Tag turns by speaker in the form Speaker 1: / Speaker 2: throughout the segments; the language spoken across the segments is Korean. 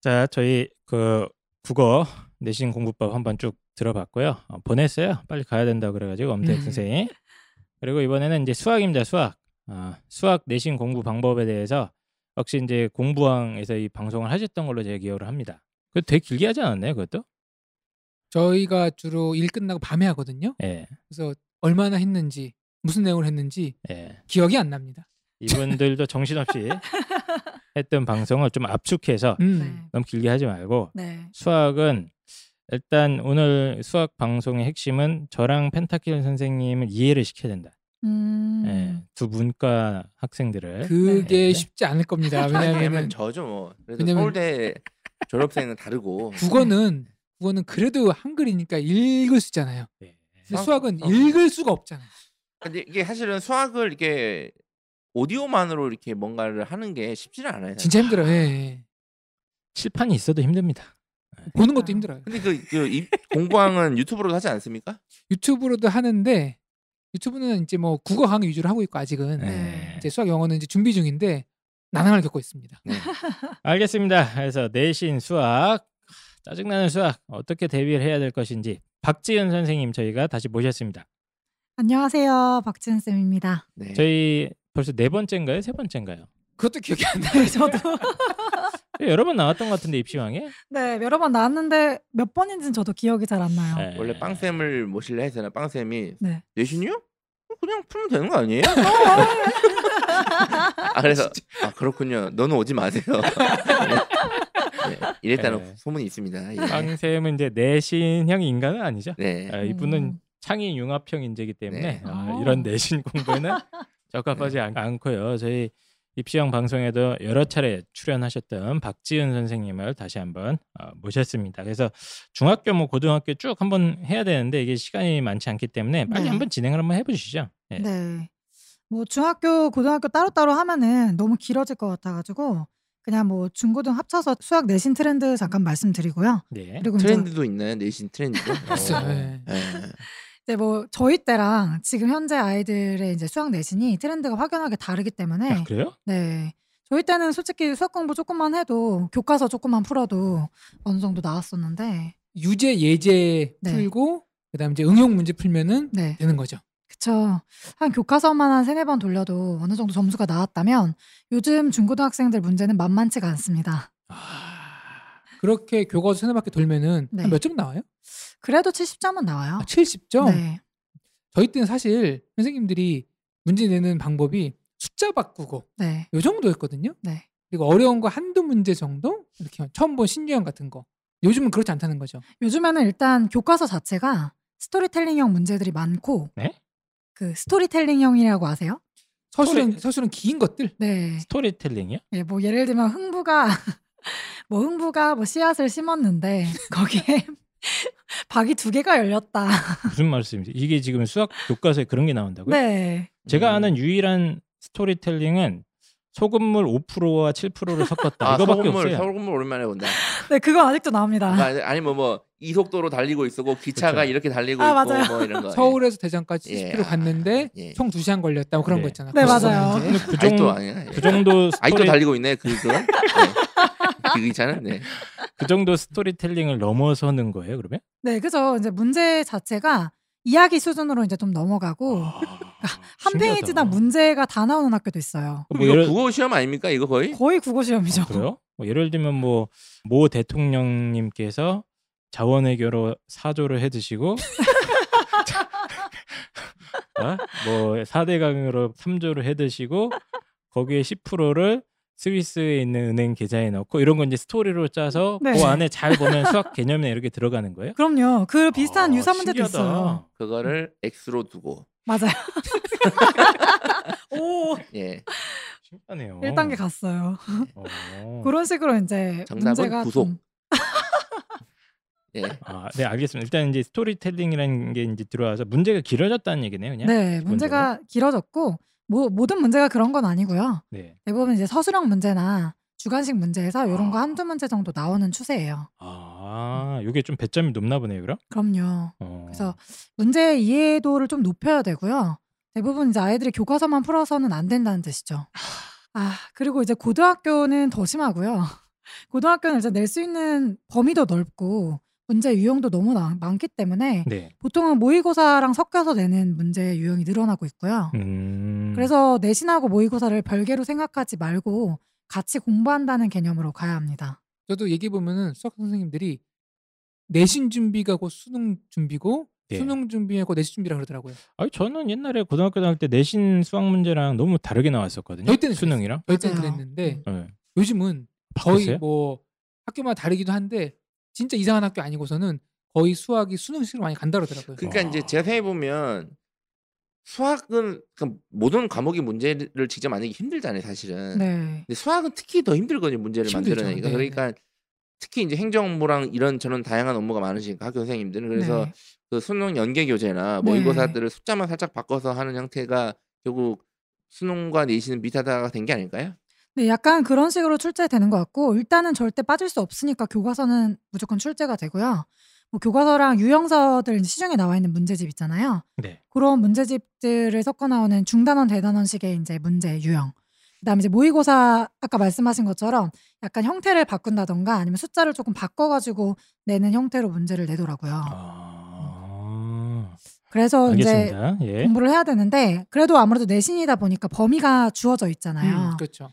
Speaker 1: 자, 저희 그 국어 내신 공부법 한번 쭉 들어봤고요. 어, 보냈어요. 빨리 가야 된다고 그래가지고 엄태 선생님. 그리고 이번에는 이제 수학입니다. 수학. 아, 수학 내신 공부 방법에 대해서 역시 이제 공부왕에서 이 방송을 하셨던 걸로 제가 기억을 합니다. 그 되게 길게 하지 않았나요, 그것도?
Speaker 2: 저희가 주로 일 끝나고 밤에 하거든요.
Speaker 1: 예,
Speaker 2: 그래서 얼마나 했는지 무슨 내용을 했는지
Speaker 1: 예.
Speaker 2: 기억이 안 납니다.
Speaker 1: 이분들도 정신없이 했던 방송을 좀 압축해서
Speaker 2: 음.
Speaker 1: 너무 길게 하지 말고
Speaker 3: 네.
Speaker 1: 수학은 일단 오늘 수학 방송의 핵심은 저랑 펜타킬 선생님을 이해를 시켜야 된다.
Speaker 3: 음.
Speaker 1: 예, 두 문과 학생들을
Speaker 2: 그게
Speaker 1: 네.
Speaker 2: 쉽지 않을 겁니다.
Speaker 4: 왜냐면
Speaker 2: 왜냐하면
Speaker 4: 저죠 뭐. 그래도
Speaker 2: 왜냐면-
Speaker 4: 서울대 졸업생은 다르고
Speaker 2: 국어는 국어는 그래도 한글이니까 읽을 수 있잖아요.
Speaker 1: 네.
Speaker 2: 근데
Speaker 4: 어,
Speaker 2: 수학은
Speaker 4: 어.
Speaker 2: 읽을 수가 없잖아요.
Speaker 4: 근데 이게 사실은 수학을 이게 오디오만으로 이렇게 뭔가를 하는 게 쉽지는 않아요. 사실.
Speaker 2: 진짜 힘들어요. 예, 예.
Speaker 1: 칠판이 있어도 힘듭니다.
Speaker 2: 보는 것도 힘들어요.
Speaker 4: 근데 그, 그 이- 공부왕은 유튜브로도 하지 않습니까?
Speaker 2: 유튜브로도 하는데 유튜브는 이제 뭐 국어 강의 위주로 하고 있고 아직은
Speaker 1: 예.
Speaker 2: 이제 수학 영어는 이제 준비 중인데 난항을 겪고 있습니다.
Speaker 4: 네.
Speaker 1: 알겠습니다. 그래서 내신 수학 하, 짜증나는 수학 어떻게 대비를 해야 될 것인지 박지은 선생님 저희가 다시 모셨습니다.
Speaker 3: 안녕하세요. 박지은 쌤입니다.
Speaker 4: 네.
Speaker 1: 저희 벌써 네 번째인가요? 세 번째인가요? 예,
Speaker 2: 그것도 기억이 안 나요.
Speaker 3: 네, 저도
Speaker 1: 여러 번 나왔던 것 같은데 입시왕에
Speaker 3: 네, 여러 번 나왔는데 몇 번인지는 저도 기억이 잘 안 나요.
Speaker 1: 예.
Speaker 4: 아, 원래 빵쌤을 모실래 했잖아. 빵쌤이
Speaker 3: 네.
Speaker 4: 내신이요? 어, 그냥 풀면 되는 거 아니에요? 아 그래서 아 그렇군요. 너는 오지 마세요. 네. 네. 이랬다는
Speaker 1: 네.
Speaker 4: 소문이 있습니다. 예.
Speaker 1: 빵쌤은 이제 내신형 인간은 아니죠?
Speaker 4: 네.
Speaker 1: 아, 이분은
Speaker 3: 음.
Speaker 1: 창의 융합형 인재이기 때문에
Speaker 4: 네.
Speaker 1: 아,
Speaker 3: 어.
Speaker 1: 이런 내신 공부에는 적합하지
Speaker 3: 네.
Speaker 1: 않, 않고요. 저희 입시형 방송에도 여러 차례 출연하셨던 박지은 선생님을 다시 한번 어, 모셨습니다. 그래서 중학교 뭐 고등학교 쭉 한번 해야 되는데 이게 시간이 많지 않기 때문에 빨리
Speaker 3: 네.
Speaker 1: 한번 진행을 한번 해보시죠. 네.
Speaker 3: 네. 뭐 중학교, 고등학교 따로따로 하면은 너무 길어질 것 같아가지고 그냥 뭐 중고등 합쳐서 수학 내신 트렌드 잠깐 말씀드리고요.
Speaker 1: 네.
Speaker 3: 그리고 이제,
Speaker 4: 트렌드도 있나요? 내신 트렌드도?
Speaker 2: 있어요.
Speaker 4: 어.
Speaker 2: 예.
Speaker 4: 예.
Speaker 3: 이제 뭐 저희 때랑 지금 현재 아이들의 이제 수학 내신이 트렌드가 확연하게 다르기 때문에
Speaker 1: 아, 그래요?
Speaker 3: 네. 저희 때는 솔직히 수학 공부 조금만 해도 교과서 조금만 풀어도 어느 정도 나왔었는데
Speaker 2: 유제 예제
Speaker 3: 네.
Speaker 2: 풀고 그다음 이제 응용 문제 풀면은
Speaker 3: 네.
Speaker 2: 되는 거죠.
Speaker 3: 그쵸. 한 교과서만 한 세네 번 돌려도 어느 정도 점수가 나왔다면 요즘 중고등학생들 문제는 만만치가 않습니다.
Speaker 2: 그렇게 교과서 세네 바퀴 돌면은
Speaker 3: 네.
Speaker 2: 한 몇 점 나와요?
Speaker 3: 그래도 70점은 나와요.
Speaker 2: 아, 70점?
Speaker 3: 네.
Speaker 2: 저희 때는 사실 선생님들이 문제 내는 방법이 숫자 바꾸고
Speaker 3: 네.
Speaker 2: 요 정도였거든요.
Speaker 3: 네.
Speaker 2: 그리고 어려운 거 한두 문제 정도 이렇게 처음 본 신유형 같은 거. 요즘은 그렇지 않다는 거죠.
Speaker 3: 요즘에는 일단 교과서 자체가 스토리텔링형 문제들이 많고
Speaker 1: 네?
Speaker 3: 그 스토리텔링형이라고 아세요?
Speaker 2: 서술은
Speaker 1: 소리-
Speaker 2: 서술은 긴 것들.
Speaker 3: 네.
Speaker 1: 스토리텔링이요?
Speaker 3: 예, 뭐 예를 들면 흥부가 뭐 흥부가 뭐 씨앗을 심었는데 거기에 박이 두 개가 열렸다.
Speaker 1: 무슨 말씀이세요? 이게 지금 수학 교과서에 그런 게 나온다고요?
Speaker 3: 네.
Speaker 1: 제가
Speaker 4: 음.
Speaker 1: 아는 유일한 스토리텔링은 소금물 5%와 7%를 섞었다.
Speaker 4: 아,
Speaker 1: 이거밖에
Speaker 4: 서울물,
Speaker 1: 없어요.
Speaker 4: 서울물 오랜만에 본다.
Speaker 3: 네, 그건 아직도 나옵니다.
Speaker 4: 뭔가 아니 뭐 뭐 이속도로 달리고 있고 기차가
Speaker 1: 그렇죠.
Speaker 4: 이렇게 달리고
Speaker 3: 아,
Speaker 4: 있고
Speaker 3: 맞아요.
Speaker 4: 뭐 이런 거.
Speaker 2: 서울에서 대전까지
Speaker 4: 예.
Speaker 2: 10km 갔는데
Speaker 4: 예.
Speaker 2: 총 2시간 걸렸다. 뭐 그런
Speaker 1: 예.
Speaker 2: 거 있잖아.
Speaker 3: 네,
Speaker 2: 거기서
Speaker 3: 맞아요.
Speaker 2: 문제.
Speaker 1: 근데 그
Speaker 4: 예. 아직도
Speaker 1: 정도
Speaker 4: 아니야. 예.
Speaker 1: 그 정도
Speaker 4: 아직도
Speaker 1: 스토리
Speaker 4: 달리고 있네. 그 그거. 예. 그 기차는 네.
Speaker 1: 그 정도 스토리텔링을 넘어서는 거예요, 그러면?
Speaker 3: 네, 그죠. 이제 문제 자체가 이야기 수준으로 이제 좀 넘어가고 아, 한
Speaker 1: 아, 신기하다.
Speaker 3: 페이지당 문제가 다 나오는 학교도 있어요.
Speaker 1: 뭐
Speaker 4: 그럼 이거
Speaker 1: 예를-
Speaker 4: 국어 시험 아닙니까? 이거 거의?
Speaker 3: 거의 국어 시험이죠.
Speaker 1: 아, 그래요? 뭐 예를 들면 뭐 모 대통령님께서 자원외교로 사조를 해 드시고 어? 뭐 4대강으로 3조를 해 드시고 거기에 10%를 스위스에 있는 은행 계좌에 넣고 이런 건 이제 스토리로 짜서
Speaker 3: 네.
Speaker 1: 그 안에 잘 보면 수학 개념이 이렇게 들어가는 거예요?
Speaker 3: 그럼요. 그 비슷한
Speaker 1: 아,
Speaker 3: 유사 문제도
Speaker 1: 신기하다.
Speaker 3: 있어요.
Speaker 4: 그거를 x로 두고.
Speaker 3: 맞아요. 오,
Speaker 4: 예.
Speaker 1: 신기하네요.
Speaker 3: 1단계 갔어요.
Speaker 1: 어.
Speaker 3: 그런 식으로 이제
Speaker 4: 정답은
Speaker 3: 문제가
Speaker 4: 구속.
Speaker 3: 좀-
Speaker 4: 예.
Speaker 1: 아, 네, 알겠습니다. 일단 이제 스토리텔링이라는 게 이제 들어와서 문제가 길어졌다는 얘기네요, 그냥.
Speaker 3: 네, 문제가 길어졌고 뭐, 모든 문제가 그런 건 아니고요.
Speaker 1: 네.
Speaker 3: 대부분 이제 서술형 문제나 주관식 문제에서 이런 거
Speaker 1: 아.
Speaker 3: 한두 문제 정도 나오는 추세예요.
Speaker 1: 아, 요게 좀 배점이 높나 보네요, 그럼?
Speaker 3: 그럼요.
Speaker 1: 어.
Speaker 3: 그래서 문제 이해도를 좀 높여야 되고요. 대부분 이제 아이들이 교과서만 풀어서는 안 된다는 뜻이죠. 아, 그리고 이제 고등학교는 더 심하고요. 고등학교는 이제 낼 수 있는 범위도 넓고 문제 유형도 너무 나- 많기 때문에
Speaker 1: 네.
Speaker 3: 보통은 모의고사랑 섞여서 내는 문제 유형이 늘어나고 있고요.
Speaker 1: 음.
Speaker 3: 그래서 내신하고 모의고사를 별개로 생각하지 말고 같이 공부한다는 개념으로 가야 합니다.
Speaker 2: 저도 얘기 보면은 수학 선생님들이 내신 준비가 곧 수능 준비고
Speaker 1: 네.
Speaker 2: 수능 준비하고 내신 준비라 그러더라고요.
Speaker 1: 아니 저는 옛날에 고등학교 다닐 때 내신 수학 문제랑 너무 다르게 나왔었거든요.
Speaker 2: 저희 때는
Speaker 1: 수능이랑.
Speaker 2: 저희 때는
Speaker 3: 맞아요. 음.
Speaker 2: 그랬는데
Speaker 1: 네.
Speaker 2: 요즘은 거의
Speaker 1: 바뀌었어요?
Speaker 2: 뭐 학교마다 다르기도 한데 진짜 이상한 학교 아니고서는 거의 수학이 수능식으로 많이 간다 그러더라고요.
Speaker 4: 그러니까
Speaker 1: 와.
Speaker 4: 이제 자세히 보면 수학은 그러니까 모든 과목의 문제를 직접 만들기 힘들잖아요, 사실은.
Speaker 3: 네.
Speaker 4: 근데 수학은 특히 더 힘들거든요, 문제를
Speaker 2: 힘들죠.
Speaker 4: 만들어내니까.
Speaker 2: 네,
Speaker 4: 그러니까 특히 이제 행정부랑 이런 저런 다양한 업무가 많으시니까 학교 선생님들은 그래서
Speaker 3: 네.
Speaker 4: 그 수능 연계 교재나
Speaker 3: 네.
Speaker 4: 모의고사들을 숫자만 살짝 바꿔서 하는 형태가 결국 수능과 내신은 비슷하다가 된 게 아닐까요?
Speaker 3: 네, 약간 그런 식으로 출제되는 것 같고 일단은 절대 빠질 수 없으니까 교과서는 무조건 출제가 되고요. 뭐 교과서랑 유형서들 이제 시중에 나와 있는 문제집 있잖아요.
Speaker 1: 네.
Speaker 3: 그런 문제집들을 섞어 나오는 중단원 대단원식의 이제 문제 유형. 그다음에 이제 모의고사 아까 말씀하신 것처럼 약간 형태를 바꾼다던가 아니면 숫자를 조금 바꿔가지고 내는 형태로 문제를 내더라고요.
Speaker 1: 아.
Speaker 3: 그래서 어, 이제
Speaker 1: 알겠습니다. 예.
Speaker 3: 공부를 해야 되는데 그래도 아무래도 내신이다 보니까 범위가 주어져 있잖아요.
Speaker 2: 음, 그렇죠.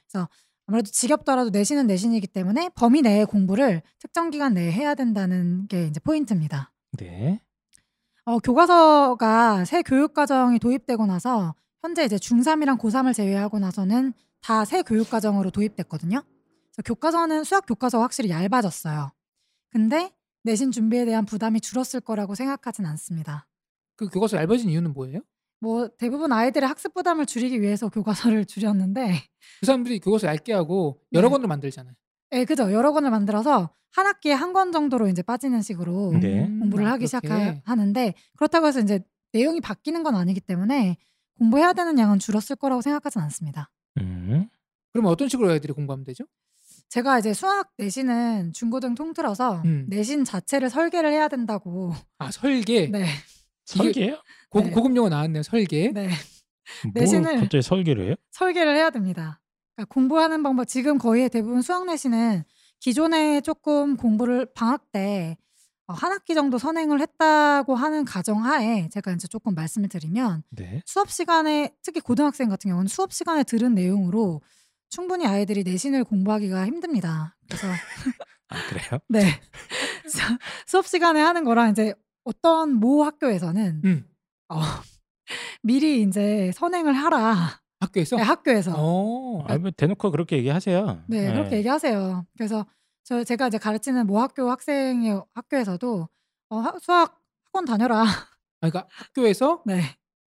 Speaker 3: 아무래도 지겹더라도 내신은 내신이기 때문에 범위 내의 공부를 특정 기간 내에 해야 된다는 게 이제 포인트입니다.
Speaker 1: 네.
Speaker 3: 어, 교과서가 새 교육과정이 도입되고 나서 현재 이제 중3이랑 고3을 제외하고 나서는 다 새 교육과정으로 도입됐거든요. 그래서 교과서는 수학 교과서가 확실히 얇아졌어요. 근데 내신 준비에 대한 부담이 줄었을 거라고 생각하진 않습니다.
Speaker 2: 그 교과서 얇아진 이유는 뭐예요?
Speaker 3: 뭐 대부분 아이들의 학습 부담을 줄이기 위해서 교과서를 줄였는데
Speaker 2: 그 사람들이 교과서 얇게 하고 여러
Speaker 3: 네.
Speaker 2: 권으로 만들잖아요.
Speaker 3: 예, 그죠. 여러 권을 만들어서 한 학기에 한 권 정도로 이제 빠지는 식으로
Speaker 1: 네.
Speaker 2: 음,
Speaker 3: 공부를
Speaker 2: 아,
Speaker 3: 하기
Speaker 2: 그렇게.
Speaker 3: 시작하는데 그렇다고 해서 이제 내용이 바뀌는 건 아니기 때문에 공부해야 되는 양은 줄었을 거라고 생각하진 않습니다.
Speaker 1: 음.
Speaker 2: 그러면 어떤 식으로 애들이 공부하면 되죠?
Speaker 3: 제가 이제 수학 내신은 중고등 통틀어서
Speaker 2: 음.
Speaker 3: 내신 자체를 설계를 해야 된다고
Speaker 2: 아 설계.
Speaker 3: 네,
Speaker 1: 설계요?
Speaker 2: 고,
Speaker 3: 네.
Speaker 2: 고급 용어 나왔네요. 설계.
Speaker 3: 네
Speaker 1: 뭘
Speaker 3: 내신을-
Speaker 1: 갑자기 설계를 해요?
Speaker 3: 설계를 해야 됩니다. 그러니까 공부하는 방법 지금 거의 대부분 수학 내신은 기존에 조금 공부를 방학 때 어, 한 학기 정도 선행을 했다고 하는 가정하에 제가 이제 조금 말씀을 드리면
Speaker 1: 네.
Speaker 3: 수업 시간에 특히 고등학생 같은 경우는 수업 시간에 들은 내용으로 충분히 아이들이 내신을 공부하기가 힘듭니다. 그래서
Speaker 1: 아 그래요?
Speaker 3: 네 수- 수업 시간에 하는 거랑 이제 어떤 모 학교에서는
Speaker 2: 음.
Speaker 3: 어, 미리 이제 선행을 하라
Speaker 2: 학교에서.
Speaker 3: 네, 학교에서
Speaker 2: 어.
Speaker 1: 아, 뭐 대놓고 그렇게 얘기하세요.
Speaker 3: 네, 그렇게 얘기하세요. 그래서 저 제가 이제 가르치는 모 학교 학생의 학교에서도 어, 학- 수학 학원 다녀라.
Speaker 2: 아, 그러니까 학교에서
Speaker 3: 네,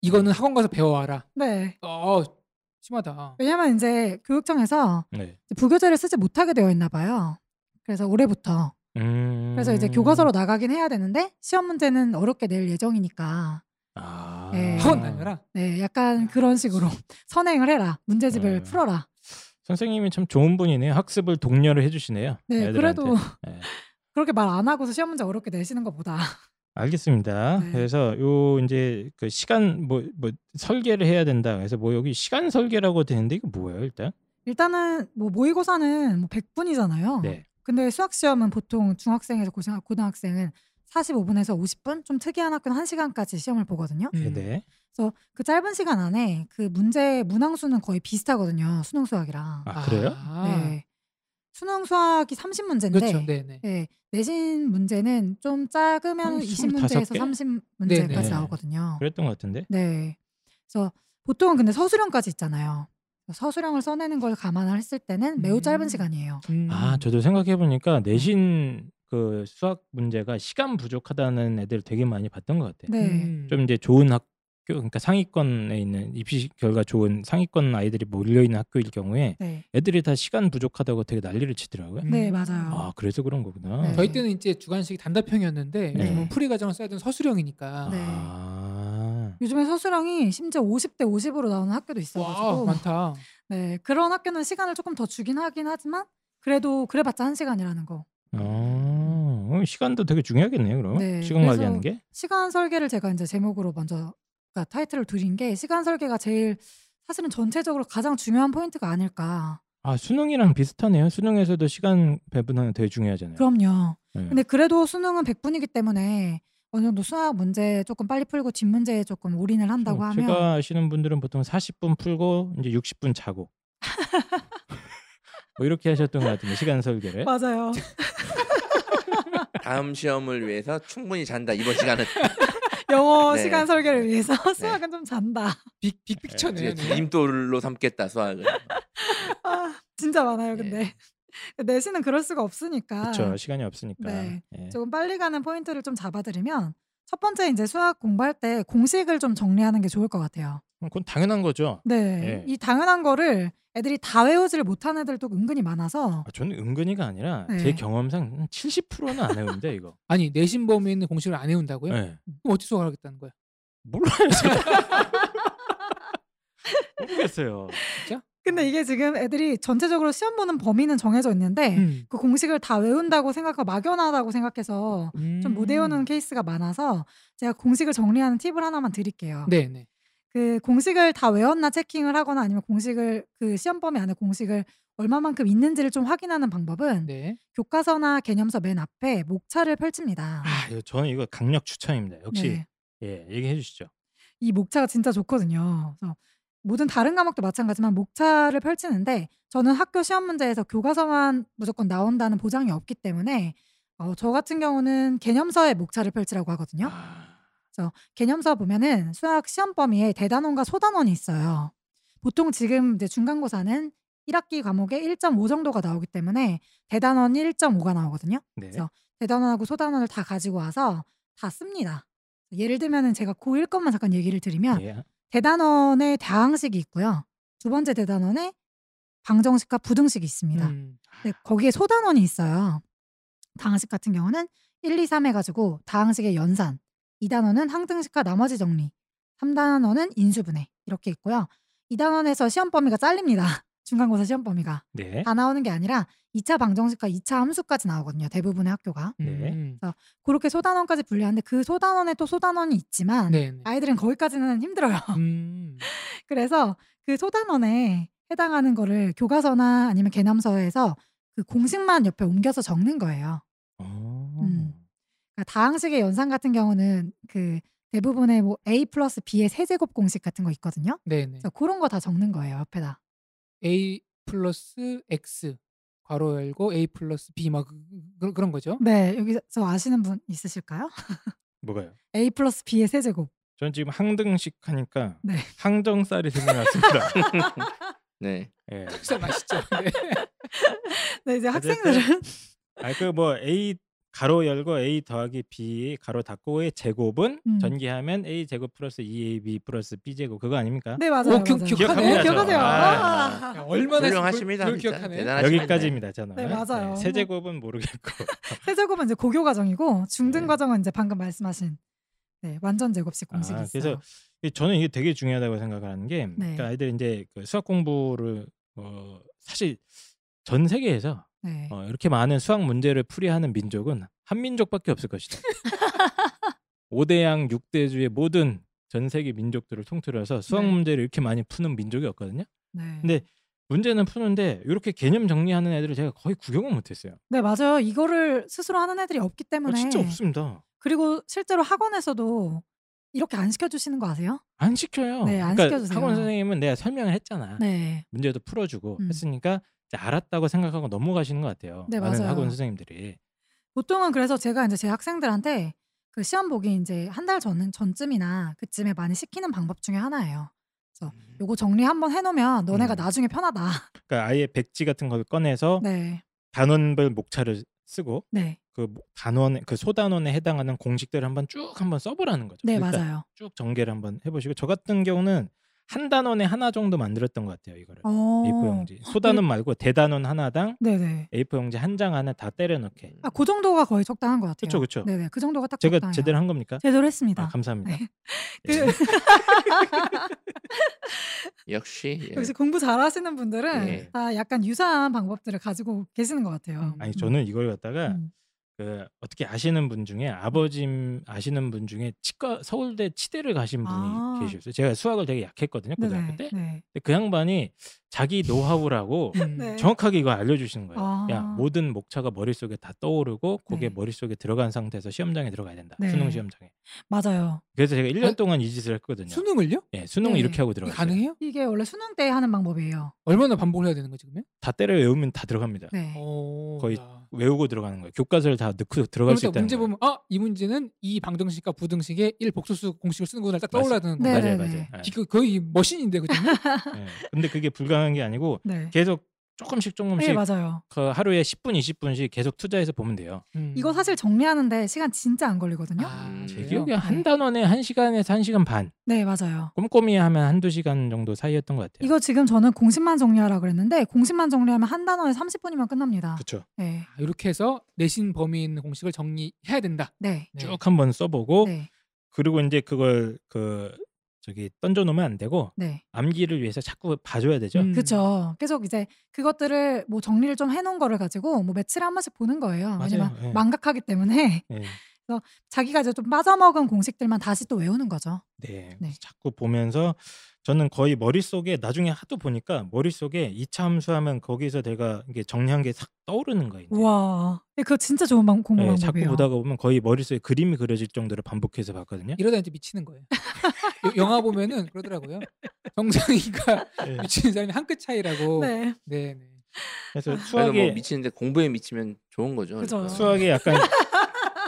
Speaker 2: 이거는 학원 가서 배워와라.
Speaker 3: 네.
Speaker 2: 어 심하다.
Speaker 3: 왜냐면 이제 교육청에서
Speaker 1: 네.
Speaker 3: 이제 부교재를 쓰지 못하게 되어 있나 봐요. 그래서 올해부터
Speaker 1: 음.
Speaker 3: 그래서 이제 교과서로 나가긴 해야 되는데 시험 문제는 어렵게 낼 예정이니까
Speaker 1: 아.
Speaker 3: 네.
Speaker 2: 학원 다녀라.
Speaker 3: 네 약간 그런 식으로 선행을 해라 문제집을
Speaker 1: 음.
Speaker 3: 풀어라
Speaker 1: 선생님이 참 좋은 분이네요. 학습을 독려를 해주시네요.
Speaker 3: 네
Speaker 1: 애들한테.
Speaker 3: 그래도
Speaker 1: 네.
Speaker 3: 그렇게 말 안 하고서 시험 문제 어렵게 내시는 것보다
Speaker 1: 알겠습니다.
Speaker 3: 네.
Speaker 1: 그래서 요 이제 그 시간 뭐 뭐 설계를 해야 된다. 그래서 뭐 여기 시간 설계라고 되는데 이거 뭐예요 일단?
Speaker 3: 일단은 뭐 모의고사는 뭐 100분이잖아요
Speaker 1: 네.
Speaker 3: 근데 수학 시험은 보통 중학생에서 고등, 고등학생은 45분에서 50분 좀 특이한 학교는 1시간까지 시험을 보거든요.
Speaker 1: 네.
Speaker 2: 음.
Speaker 1: 네.
Speaker 3: 그래서 그 짧은 시간 안에 그 문제 문항수는 거의 비슷하거든요. 수능 수학이랑.
Speaker 1: 아 그래요?
Speaker 3: 네. 수능 수학이 30문제인데
Speaker 2: 그렇죠. 네네.
Speaker 3: 예, 내신 문제는 좀 작으면
Speaker 1: 한
Speaker 3: 25문제에서
Speaker 1: 25 개?
Speaker 3: 30문제까지
Speaker 2: 네, 네.
Speaker 3: 나오거든요.
Speaker 1: 그랬던 것 같은데.
Speaker 3: 네. 그래서 보통은 근데 서술형까지 있잖아요. 서술형을 써내는 걸 감안했을 때는 매우 짧은
Speaker 2: 음.
Speaker 3: 시간이에요.
Speaker 2: 음.
Speaker 1: 아 저도 생각해 보니까
Speaker 3: 네.
Speaker 1: 내신 그 수학 문제가 시간 부족하다는 애들 되게 많이 봤던 것 같아요.
Speaker 3: 네.
Speaker 2: 음.
Speaker 1: 좀 이제 좋은 학교 그러니까 상위권에 있는 입시 결과 좋은 상위권 아이들이 몰려 있는 학교일 경우에
Speaker 3: 네.
Speaker 1: 애들이 다 시간 부족하다고 되게 난리를 치더라고요.
Speaker 2: 음.
Speaker 3: 네, 맞아요.
Speaker 1: 아 그래서 그런 거구나.
Speaker 3: 네.
Speaker 2: 저희 때는 이제 주관식이 단답형이었는데
Speaker 1: 네.
Speaker 2: 요즘은 풀이 과정을 써야 되는 서술형이니까.
Speaker 3: 네.
Speaker 1: 아,
Speaker 3: 요즘에 서술형이 심지어 50대 50으로 나오는
Speaker 2: 와
Speaker 3: 학교도 네. 있어가지고
Speaker 2: 많다.
Speaker 3: 네 그런 학교는 시간을 조금 더 주긴 하긴 하지만 그래도 그래봤자 한 시간이라는 거
Speaker 1: 어, 시간도 되게 중요하겠네요. 그럼
Speaker 3: 네,
Speaker 1: 시간
Speaker 3: 그래서-
Speaker 1: 관리하는 게.
Speaker 3: 시간 설계를 제가 이제 제목으로 먼저 그러니까 타이틀을 드린 게 시간 설계가 제일 사실은 전체적으로 가장 중요한 포인트가 아닐까
Speaker 1: 아 수능이랑 비슷하네요. 수능에서도 시간 배분하는 되게 중요하잖아요.
Speaker 3: 그럼요.
Speaker 1: 네.
Speaker 3: 근데 그래도 수능은 100분이기 때문에 어느 정도 수학 문제 조금 빨리 풀고 집 문제에 조금 올인을 한다고
Speaker 1: 어,
Speaker 3: 하면
Speaker 1: 제가 아시는 분들은 보통 40분 풀고 이제 60분 자고 뭐 이렇게 하셨던 것 같은데 시간 설계를
Speaker 3: 맞아요.
Speaker 4: 다음 시험을 위해서 충분히 잔다 이번 시간은
Speaker 3: 영어
Speaker 4: 네.
Speaker 3: 시간 설계를 위해서 수학은 좀 잔다.
Speaker 2: 빅 빅픽쳐네요.
Speaker 4: 이제 임돌로 삼겠다 수학을
Speaker 3: 아, 진짜 많아요,
Speaker 4: 네.
Speaker 3: 근데. 내신은 그럴 수가 없으니까.
Speaker 1: 그렇죠 시간이 없으니까
Speaker 3: 네.
Speaker 1: 예.
Speaker 3: 조금 빨리 가는 포인트를 좀 잡아드리면 첫 번째 이제 수학 공부할 때 공식을 좀 정리하는 게 좋을 것 같아요.
Speaker 1: 그건 당연한 거죠
Speaker 3: 네,
Speaker 1: 예.
Speaker 3: 이 당연한 거를 애들이 다 외우지를 못하는 애들도 은근히 많아서
Speaker 1: 아, 저는 은근히가 아니라
Speaker 3: 네.
Speaker 1: 제 경험상 70%는 안 해운데 이거
Speaker 2: 아니 내신 범위에 있는 공식을 안 해온다고요?
Speaker 1: 네.
Speaker 2: 그럼 어떻게 수학하겠다는 거야?
Speaker 1: 몰라요 저도. 모르겠어요
Speaker 3: 근데 이게 지금 애들이 전체적으로 시험 보는 범위는 정해져 있는데
Speaker 2: 음.
Speaker 3: 그 공식을 다 외운다고 생각하고 막연하다고 생각해서
Speaker 2: 음.
Speaker 3: 좀
Speaker 1: 음.
Speaker 3: 못 외우는 케이스가 많아서 제가 공식을 정리하는 팁을 하나만 드릴게요.
Speaker 2: 네네.
Speaker 3: 그 공식을 다 외웠나 체킹을 하거나 아니면 공식을 그 시험 범위 안에 공식을 얼마만큼 있는지를 좀 확인하는 방법은
Speaker 2: 네.
Speaker 3: 교과서나 개념서 맨 앞에 목차를 펼칩니다.
Speaker 1: 아 이거 저는 이거 강력 추천입니다 역시
Speaker 3: 네.
Speaker 1: 예 얘기해 주시죠
Speaker 3: 이 목차가 진짜 좋거든요. 그래서 모든 다른 과목도 마찬가지만 목차를 펼치는데 저는 학교 시험 문제에서 교과서만 무조건 나온다는 보장이 없기 때문에 어, 저 같은 경우는 개념서에 목차를 펼치라고 하거든요.
Speaker 1: 아,
Speaker 3: 그래서 개념서 보면은 수학 시험 범위에 대단원과 소단원이 있어요. 보통 지금 이제 중간고사는 1학기 과목에 1.5 정도가 나오기 때문에 대단원 1.5가 나오거든요.
Speaker 1: 네
Speaker 3: 그래서 대단원하고 소단원을 다 가지고 와서 다 씁니다. 예를 들면은 제가 고1 것만 잠깐 얘기를 드리면
Speaker 1: 예.
Speaker 3: 대단원의 다항식이 있고요. 두 번째 대단원에 방정식과 부등식이 있습니다.
Speaker 2: 음.
Speaker 3: 근데 거기에 소단원이 있어요. 다항식 같은 경우는 1, 2, 3 해가지고 다항식의 연산, 2단원은 항등식과 나머지 정리, 3단원은 인수분해 이렇게 있고요. 2단원에서 시험 범위가 잘립니다. 중간고사 시험 범위가
Speaker 1: 네.
Speaker 3: 다 나오는 게 아니라 2차 방정식과 2차 함수까지 나오거든요. 대부분의 학교가
Speaker 1: 네.
Speaker 2: 음.
Speaker 3: 그렇게 소단원까지 분리하는데 그 소단원에 또 소단원이 있지만
Speaker 2: 네네.
Speaker 3: 아이들은 아. 거기까지는 힘들어요.
Speaker 2: 음.
Speaker 3: 그래서 그 소단원에 해당하는 거를 교과서나 아니면 개념서에서 그 공식만 옆에 옮겨서 적는 거예요.
Speaker 1: 어.
Speaker 3: 음. 그러니까 다항식의 연산 같은 경우는 그 대부분의 뭐 a 플러스 b의 세제곱 공식 같은 거 있거든요.
Speaker 2: 네네.
Speaker 3: 그래서 그런 거 다 적는 거예요 옆에다.
Speaker 2: A 플러스 X 괄호 열고 A 플러스 B 막 그, 그런 거죠.
Speaker 3: 네 여기서 아시는 분 있으실까요?
Speaker 1: 뭐가요?
Speaker 3: a 플러스 b의 세제곱.
Speaker 1: 전 지금 항등식 하니까
Speaker 3: 네.
Speaker 1: 항정살이 생각났습니다.
Speaker 4: 네
Speaker 1: 예.
Speaker 2: 진짜 맛있죠. 네.
Speaker 3: 네 이제
Speaker 1: 어쨌든
Speaker 3: 학생들은
Speaker 1: 아그 뭐 A 가로 열고 A 더하기 B 가로 닫고의 제곱은
Speaker 3: 음.
Speaker 1: 전개하면 A 제곱 플러스 2AB 플러스 B 제곱 그거 아닙니까?
Speaker 3: 네 맞아요.
Speaker 2: 어, 기-
Speaker 3: 맞아요.
Speaker 2: 기억하네요.
Speaker 3: 네, 기억하세요.
Speaker 1: 아.
Speaker 2: 야,
Speaker 3: 와.
Speaker 2: 얼마나
Speaker 4: 훌륭하십니다
Speaker 2: 그걸
Speaker 4: 진짜
Speaker 2: 기억하네.
Speaker 4: 대단하십니다
Speaker 1: 여기까지입니다 저는.
Speaker 3: 네, 맞아요.
Speaker 1: 세 제곱은 모르겠고
Speaker 3: 세제곱은 이제 고교 과정이고 중등
Speaker 1: 네.
Speaker 3: 과정은 이제 방금 말씀하신 네, 완전 제곱식 공식이
Speaker 1: 아,
Speaker 3: 있어요.
Speaker 1: 그래서 이- 저는 이게 되게 중요하다고 생각을 하는
Speaker 3: 네.
Speaker 1: 게 그러니까 아이들 이제 그 수학 공부를 어, 사실 전 세계에서
Speaker 3: 네.
Speaker 1: 어, 이렇게 많은 수학 문제를 풀이하는 민족은 한 민족밖에 없을 것이다. 5대양 6대주의 모든 전 세계 민족들을 통틀어서 수학
Speaker 3: 네.
Speaker 1: 문제를 이렇게 많이 푸는 민족이 없거든요.
Speaker 3: 네.
Speaker 1: 근데 문제는 푸는데 이렇게 개념 정리하는 애들을 제가 거의 구경을 못했어요.
Speaker 3: 네, 맞아요. 이거를 스스로 하는 애들이 없기
Speaker 1: 어,
Speaker 3: 때문에
Speaker 1: 진짜 없습니다.
Speaker 3: 그리고 실제로 학원에서도 이렇게 안 시켜주시는 거 아세요?
Speaker 1: 안 시켜요.
Speaker 3: 네, 안
Speaker 1: 그러니까
Speaker 3: 시켜주세요.
Speaker 1: 학원 선생님은 내가 설명을 했잖아.
Speaker 3: 네.
Speaker 1: 문제도 풀어주고
Speaker 3: 음.
Speaker 1: 했으니까 이제 알았다고 생각하고 넘어가시는 것 같아요.
Speaker 3: 네,
Speaker 1: 많은
Speaker 3: 맞아요.
Speaker 1: 학원 선생님들이.
Speaker 3: 보통은 그래서 제가 이제 제 학생들한테 그 시험 보기 이제 한 달 전 전쯤이나 그쯤에 많이 시키는 방법 중에 하나예요. 그래서 요거 정리 한번 해놓으면 너네가
Speaker 1: 음. 어.
Speaker 3: 나중에 편하다.
Speaker 1: 그러니까 아예 백지 같은 걸 꺼내서
Speaker 3: 네,
Speaker 1: 단원별 목차를 쓰고
Speaker 3: 네,
Speaker 1: 그 모- 단원 그 소단원에 해당하는 공식들을 한번 쭉 한번 써보라는 거죠.
Speaker 3: 네
Speaker 1: 그러니까
Speaker 3: 맞아요.
Speaker 1: 쭉 정계를 한번 해보시고 저 같은 경우는 한 단원에 하나 정도 만들었던 것 같아요. 이거를
Speaker 3: 어,
Speaker 1: A4 용지 소단원 말고 대단원 하나당
Speaker 3: 네, 네.
Speaker 1: A4 용지 한 장 안에 다 때려넣게.
Speaker 3: 아, 그 정도가 거의 적당한 것 같아요.
Speaker 1: 그쵸, 그쵸.
Speaker 3: 네, 네, 그 정도가 딱
Speaker 1: 제가
Speaker 3: 적당해요.
Speaker 1: 제대로 한 겁니까?
Speaker 3: 제대로 했습니다.
Speaker 1: 아, 감사합니다.
Speaker 3: 그-
Speaker 1: 예.
Speaker 4: 역시 예.
Speaker 3: 역시 공부 잘하시는 분들은 아,
Speaker 4: 예. 음.
Speaker 3: 다 약간 유사한 방법들을 가지고 계시는 것 같아요.
Speaker 1: 아니 저는 이걸 갖다가
Speaker 3: 음.
Speaker 1: 그 어떻게 아시는 분 중에 아버지 아시는 분 중에 치과 서울대 치대를 가신 분이
Speaker 3: 아.
Speaker 1: 계셨어요. 제가 수학을 되게 약했거든요 고등학교 때.
Speaker 3: 네.
Speaker 1: 근데 그 양반이 자기 노하우라고
Speaker 2: 음.
Speaker 3: 네.
Speaker 1: 정확하게 이거 알려주시는 거예요.
Speaker 3: 아.
Speaker 1: 야 모든 목차가 머릿속에 다 떠오르고 그게
Speaker 3: 네.
Speaker 1: 머릿속에 들어간 상태에서 시험장에 들어가야 된다.
Speaker 3: 네.
Speaker 1: 수능 시험장에.
Speaker 3: 맞아요.
Speaker 1: 그래서 제가 1년
Speaker 2: 아니,
Speaker 1: 동안 이 짓을 했거든요.
Speaker 2: 어? 수능을요?
Speaker 1: 예, 수능을
Speaker 3: 네.
Speaker 1: 이렇게 하고
Speaker 2: 이게
Speaker 1: 들어갔어요.
Speaker 2: 가능해요?
Speaker 3: 이게 원래 수능 때 하는 방법이에요.
Speaker 2: 얼마나 반복을 해야 되는 거지 그러면?
Speaker 1: 다 때려 외우면 다 들어갑니다.
Speaker 3: 네.
Speaker 2: 어,
Speaker 1: 거의
Speaker 2: 야.
Speaker 1: 외우고 들어가는 거예요. 교과서를 다 넣고 들어갈 수
Speaker 2: 그러니까
Speaker 1: 있다는
Speaker 2: 문제
Speaker 1: 거예요.
Speaker 2: 보면 아이 문제는 이 방정식과 부등식의 일 복소수 공식을 쓰는 거나 딱 떠올라야 되는
Speaker 3: 네,
Speaker 2: 거예요. 그
Speaker 1: 맞아요,
Speaker 2: 네.
Speaker 3: 네,
Speaker 1: 맞아요.
Speaker 3: 네.
Speaker 1: 예.
Speaker 2: 이거 거의 머신인데 그죠?
Speaker 1: 예. 근데 그게 불가능한 게 아니고
Speaker 3: 네.
Speaker 1: 계속 조금씩 조금씩
Speaker 3: 네, 맞아요.
Speaker 1: 그 하루에 10분, 20분씩 계속 투자해서 보면 돼요.
Speaker 2: 음.
Speaker 3: 이거 사실 정리하는데 시간 진짜 안 걸리거든요.
Speaker 2: 아,
Speaker 1: 제
Speaker 4: 제
Speaker 2: 그래요?
Speaker 1: 기억에 한
Speaker 3: 네.
Speaker 1: 단원에 한 시간에서 한 시간 반
Speaker 3: 네, 맞아요.
Speaker 1: 꼼꼼히 하면 한두 시간 정도 사이였던 것 같아요.
Speaker 3: 이거 지금 저는 공식만 정리하라 그랬는데 공식만 정리하면 한 단어에 30분이면 끝납니다.
Speaker 1: 그렇죠.
Speaker 3: 네.
Speaker 2: 아, 이렇게 해서 내신 범위 있는 공식을 정리해야 된다.
Speaker 3: 네.
Speaker 2: 네.
Speaker 1: 쭉 한번 써보고
Speaker 3: 네.
Speaker 1: 그리고 이제 그걸 그 저기 던져놓으면 안 되고
Speaker 3: 네.
Speaker 1: 암기를 위해서 자꾸 봐줘야 되죠.
Speaker 2: 음.
Speaker 3: 그렇죠. 계속 이제 그것들을 뭐 정리를 좀 해놓은 거를 가지고 뭐 며칠에 한 번씩 보는 거예요.
Speaker 1: 맞아요.
Speaker 3: 왜냐면
Speaker 1: 예.
Speaker 3: 망각하기 때문에
Speaker 1: 예.
Speaker 3: 자기가 이제 좀 빠져먹은 공식들만 다시 또 외우는 거죠.
Speaker 1: 네.
Speaker 3: 네.
Speaker 1: 자꾸 보면서 저는 거의 머릿속에 나중에 하도 보니까 머릿속에 이참수하면 거기서 내가 이게 정리한 게 싹 떠오르는 거예요. 이제.
Speaker 3: 우와. 그거 진짜 좋은 방, 공부
Speaker 1: 예,
Speaker 3: 방법이에요.
Speaker 1: 자꾸 보다가 보면 거의 머릿속에 그림이 그려질 정도로 반복해서 봤거든요.
Speaker 2: 이러다 이제 미치는 거예요. 요- 영화 보면은 그러더라고요. 정상이가
Speaker 1: 예.
Speaker 2: 미치는 사람이 한 끗 차이라고. 네.
Speaker 3: 네.
Speaker 2: 네,
Speaker 1: 그래서
Speaker 4: 그래서
Speaker 1: 수학에
Speaker 4: 뭐 미치는데 공부에 미치면 좋은 거죠.
Speaker 3: 그죠.
Speaker 4: 그러니까.
Speaker 1: 수학에 약간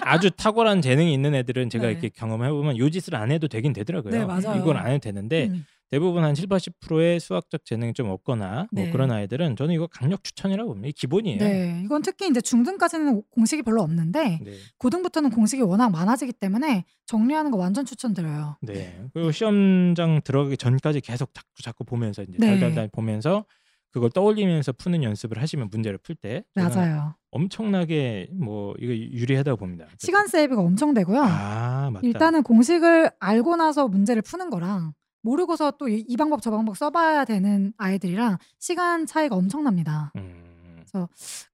Speaker 1: 아주 탁월한 재능이 있는 애들은 제가
Speaker 3: 네.
Speaker 1: 이렇게 경험해 보면 요 짓을 안 해도 되긴 되더라고요.
Speaker 3: 네, 맞아요.
Speaker 1: 이건 안 해도 되는데
Speaker 3: 음.
Speaker 1: 대부분 한 7, 80%의 수학적 재능이 좀 없거나
Speaker 3: 네.
Speaker 1: 뭐 그런 아이들은 저는 이거 강력 추천이라고 봅니다. 이게 기본이에요.
Speaker 3: 네. 이건 특히 이제 중등까지는 공식이 별로 없는데
Speaker 1: 네.
Speaker 3: 고등부터는 공식이 워낙 많아지기 때문에 정리하는 거 완전 추천드려요.
Speaker 1: 네. 그리고 시험장 들어가기 전까지 계속 자꾸 자꾸 보면서 이제
Speaker 3: 네.
Speaker 1: 달달달 보면서 그걸 떠올리면서 푸는 연습을 하시면 문제를 풀 때
Speaker 3: 맞아요.
Speaker 1: 네. 엄청나게 뭐 이거 유리하다고 봅니다.
Speaker 3: 시간 세이브가 엄청 되고요.
Speaker 1: 아 맞다.
Speaker 3: 일단은 공식을 알고 나서 문제를 푸는 거랑 모르고서 또 이 방법 저 방법 써봐야 되는 아이들이랑 시간 차이가 엄청납니다.
Speaker 1: 음,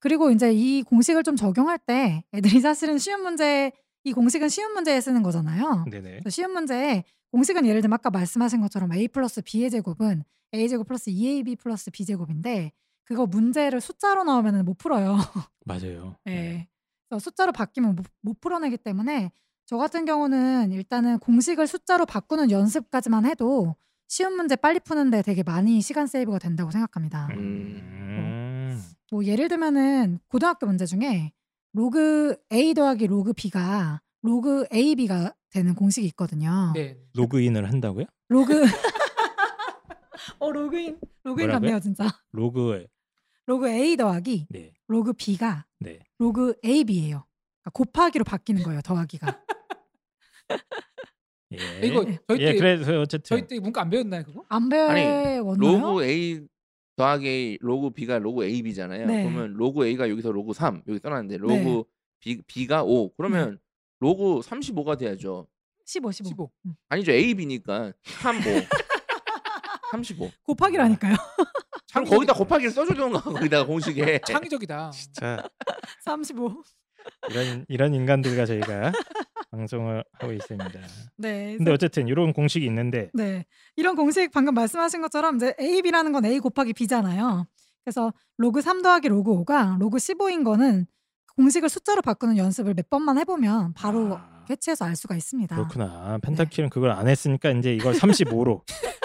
Speaker 3: 그리고 이제 이 공식을 좀 적용할 때 애들이 사실은 쉬운 문제 이 공식은 쉬운 문제에 쓰는 거잖아요.
Speaker 1: 네네.
Speaker 3: 그래서 쉬운 문제에 공식은 예를 들면 아까 말씀하신 것처럼 a 플러스 b의 제곱은 a 제곱 플러스 2ab 플러스 b 제곱인데 그거 문제를 숫자로 넣으면 못 풀어요.
Speaker 1: 맞아요. 네.
Speaker 3: 예. 그래서 숫자로 바뀌면 못, 못 풀어내기 때문에 저 같은 경우는 일단은 공식을 숫자로 바꾸는 연습까지만 해도 쉬운 문제 빨리 푸는데 되게 많이 시간 세이브가 된다고 생각합니다.
Speaker 1: 음.
Speaker 3: 뭐 예를 들면은 고등학교 문제 중에 로그 a 더하기 로그 b가 로그 a b가 되는 공식이 있거든요.
Speaker 2: 네.
Speaker 1: 로그인을 한다고요?
Speaker 3: 로그 어 로그인 로그인
Speaker 1: 뭐라고요?
Speaker 3: 같네요 진짜.
Speaker 1: 로그
Speaker 3: 로그 a 더하기
Speaker 1: 네.
Speaker 3: 로그 b가
Speaker 1: 네.
Speaker 3: 로그 a b예요. 그러니까 곱하기로 바뀌는 거예요 더하기가.
Speaker 1: 예.
Speaker 3: 네.
Speaker 2: 이거 저희
Speaker 1: 예,
Speaker 2: 때
Speaker 1: 그래서 어쨌든
Speaker 2: 저희 때 문과 안 배웠나요 그거?
Speaker 3: 안 배웠나요?
Speaker 4: 로그 A 더하기 A, 로그 B가 로그 AB잖아요.
Speaker 3: 네.
Speaker 4: 그러면 로그 A가 여기서 로그 3 여기 써놨는데 로그
Speaker 3: 네.
Speaker 4: B, B가 5
Speaker 2: 네.
Speaker 4: 그러면 로그 35가 돼야죠.
Speaker 3: 15, 15.
Speaker 2: 15.
Speaker 4: 아니죠 AB니까 3, 5 35
Speaker 3: 곱하기라니까요.
Speaker 1: 아.
Speaker 4: 그럼 거기다 곱하기를 써주던가 거기다가 공식에
Speaker 1: 네.
Speaker 2: 창의적이다.
Speaker 1: 자
Speaker 3: 35.
Speaker 1: 이런 이런 인간들과 저희가 방송을 하고 있습니다.
Speaker 3: 네.
Speaker 1: 근데 어쨌든 이런 공식이 있는데
Speaker 3: 네. 이런 공식 방금 말씀하신 것처럼 이제 AB라는 건 A 곱하기 B잖아요. 그래서 로그 3 더하기 로그 5가 로그 15인 거는 공식을 숫자로 바꾸는 연습을 몇 번만 해보면 바로
Speaker 1: 아, 네.
Speaker 3: 캐치해서 알 수가 있습니다.
Speaker 1: 그렇구나. 펜타킬은 그걸 안 했으니까 이제 이걸 35로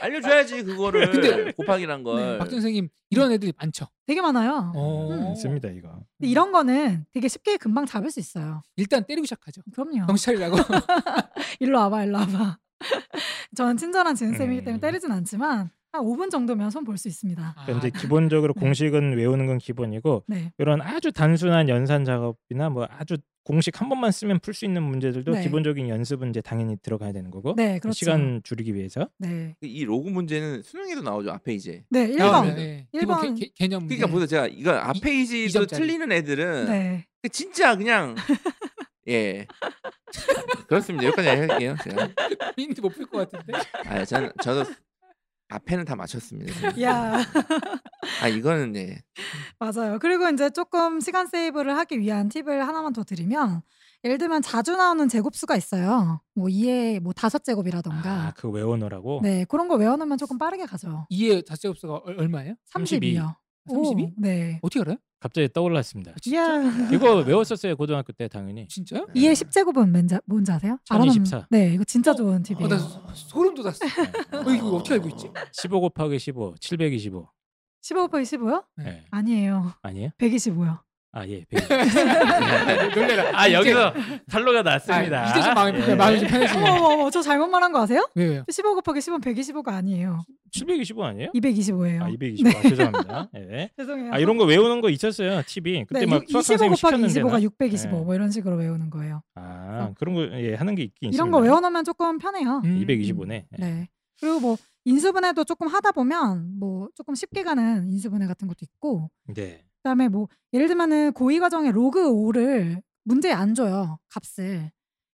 Speaker 4: 알려줘야지 그거를
Speaker 2: 근데- 네,
Speaker 4: 곱하기란 걸. 그
Speaker 2: 박 선생님 이런 애들이 많죠.
Speaker 3: 되게 많아요.
Speaker 2: 어.
Speaker 1: 음, 씁니다 이거.
Speaker 3: 근데 이런 거는 되게 쉽게 금방 잡을 수 있어요.
Speaker 2: 일단 때리고 시작하죠.
Speaker 3: 그럼요.
Speaker 2: 경찰이라고.
Speaker 3: 일로 와봐, 일로 와봐. 저는 친절한 지은쌤이기 때문에
Speaker 1: 음.
Speaker 3: 때리진 않지만 한 5분 정도면 손 볼 수 있습니다.
Speaker 2: 아,
Speaker 1: 그러니까 이제 기본적으로 공식은 외우는 건 기본이고
Speaker 3: 네.
Speaker 1: 이런 아주 단순한 연산 작업이나 뭐 아주 공식 한 번만 쓰면 풀 수 있는 문제들도
Speaker 3: 네.
Speaker 1: 기본적인 연습은 이제 당연히 들어가야 되는 거고
Speaker 3: 네, 그렇죠.
Speaker 1: 시간 줄이기 위해서
Speaker 3: 네.
Speaker 4: 이 로그 문제는 수능에도 나오죠 앞 페이지에.
Speaker 3: 네,
Speaker 1: 아,
Speaker 3: 1번. 네.
Speaker 2: 네.
Speaker 3: 일번. 뭐
Speaker 2: 기본 개, 개, 개념.
Speaker 4: 그러니까
Speaker 2: 네.
Speaker 4: 보세요 제가 이거 앞
Speaker 2: 이-
Speaker 4: 페이지도
Speaker 2: 이점짜리. 네.
Speaker 4: 틀리는
Speaker 1: 네.
Speaker 4: 애들은
Speaker 3: 네.
Speaker 4: 그 진짜 그냥 예 그렇습니다 여기까지 할게요 제가
Speaker 2: 힌트 못풀것 같은데.
Speaker 4: 아 저는 저도 앞에는 다 맞췄습니다. 저는.
Speaker 3: 야
Speaker 4: 아 이거는 네.
Speaker 3: 맞아요. 그리고 이제 조금 시간 세이브를 하기 위한 팁을 하나만 더 드리면 예를 들면 자주 나오는 제곱수가 있어요. 뭐 2의 뭐 다섯 제곱이라던가
Speaker 1: 아, 그거 외워놓으라고?
Speaker 3: 네 그런 거 외워놓으면 조금 빠르게 가죠.
Speaker 2: 2의 자체곱수가 얼- 얼마예요?
Speaker 1: 32.
Speaker 3: 32요.
Speaker 2: 32?
Speaker 3: 네.
Speaker 2: 어떻게 알아요?
Speaker 1: 갑자기 떠올랐습니다.
Speaker 3: 그렇죠. 이야.
Speaker 1: 이거 외웠었어요 고등학교 때 당연히.
Speaker 2: 진짜요?
Speaker 4: 네.
Speaker 3: 2의 10제곱은 뭔지, 뭔지 아세요? 알아놓으면-
Speaker 1: 1024.
Speaker 3: 네, 이거 진짜 좋은
Speaker 2: 어,
Speaker 3: 팁이에요.
Speaker 2: 나 소- 소름 돋았어. 어, 이거 어떻게 알고 있지?
Speaker 1: 15 곱하기 15, 725.
Speaker 3: 15 곱하기 15요?
Speaker 1: 예.
Speaker 2: 네.
Speaker 3: 아니에요.
Speaker 1: 아니에요?
Speaker 3: 125요.
Speaker 1: 아 예. 125.
Speaker 4: 네.
Speaker 2: 놀래라.
Speaker 1: 아 여기서 탈로가 났습니다.
Speaker 2: 아, 이제 좀 마음이
Speaker 1: 예.
Speaker 2: 편해. 마음이 좀
Speaker 3: 어머,
Speaker 2: 편해지네.
Speaker 3: 어머, 어머, 저 잘못 말한 거 아세요?
Speaker 2: 왜요? 왜요?
Speaker 3: 15 곱하기 10은 125가 아니에요.
Speaker 1: 725 아니에요?
Speaker 3: 225예요. 네.
Speaker 1: 아 225. 아, 죄송합니다. 예.
Speaker 3: 죄송해요.
Speaker 1: 아 이런 거 외우는 거 있었어요 팁이. 그때
Speaker 3: 네,
Speaker 1: 막
Speaker 3: 육-
Speaker 1: 수학
Speaker 3: 25
Speaker 1: 선생님
Speaker 3: 곱하기
Speaker 1: 시켰는데.
Speaker 3: 25가
Speaker 1: 막.
Speaker 3: 625.
Speaker 1: 네.
Speaker 3: 뭐 이런 식으로 외우는 거예요.
Speaker 1: 아 그런 거 예 하는 게 있긴 있습니다.
Speaker 3: 이런 거 외워놓으면 조금 편해요.
Speaker 2: 음.
Speaker 1: 225네. 예.
Speaker 3: 네. 그리고 뭐 인수분해도 조금 하다 보면 뭐 조금 쉽게 가는 인수분해 같은 것도 있고
Speaker 1: 네.
Speaker 3: 그다음에 뭐 예를 들면은 고의 과정에 로그 5를 문제에 안 줘요 값을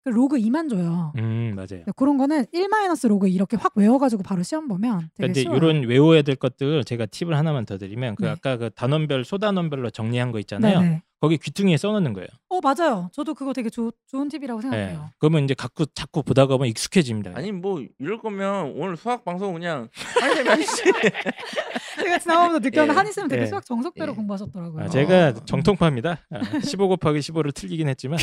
Speaker 3: 그 로그 2만 줘요.
Speaker 1: 음 맞아요.
Speaker 3: 네, 그런 거는 1 마이너스 로그 이렇게 확 외워가지고 바로 시험 보면 되게
Speaker 1: 근데
Speaker 3: 쉬워요.
Speaker 1: 그러니까 이런 외워야 될 것들 제가 팁을 하나만 더 드리면 그
Speaker 3: 네.
Speaker 1: 아까 그 단원별 소단원별로 정리한 거 있잖아요.
Speaker 3: 네네.
Speaker 1: 거기 귀퉁이에 써놓는 거예요.
Speaker 3: 어 맞아요. 저도 그거 되게 좋- 좋은 팁이라고
Speaker 1: 예.
Speaker 3: 생각해요.
Speaker 1: 그러면 이제 자꾸 자꾸 보다가 보면 익숙해집니다.
Speaker 4: 아니 뭐 이럴 거면 오늘 수학 방송 그냥 한쌤 한씨
Speaker 3: 제가 지난번부터 느꼈는데
Speaker 4: 예.
Speaker 3: 한이 쌤 되게
Speaker 1: 예.
Speaker 3: 수학 정석대로
Speaker 4: 예.
Speaker 3: 공부하셨더라고요.
Speaker 1: 아,
Speaker 4: 어.
Speaker 1: 제가 정통파입니다. 아, 15 곱하기 15를 틀리긴 했지만.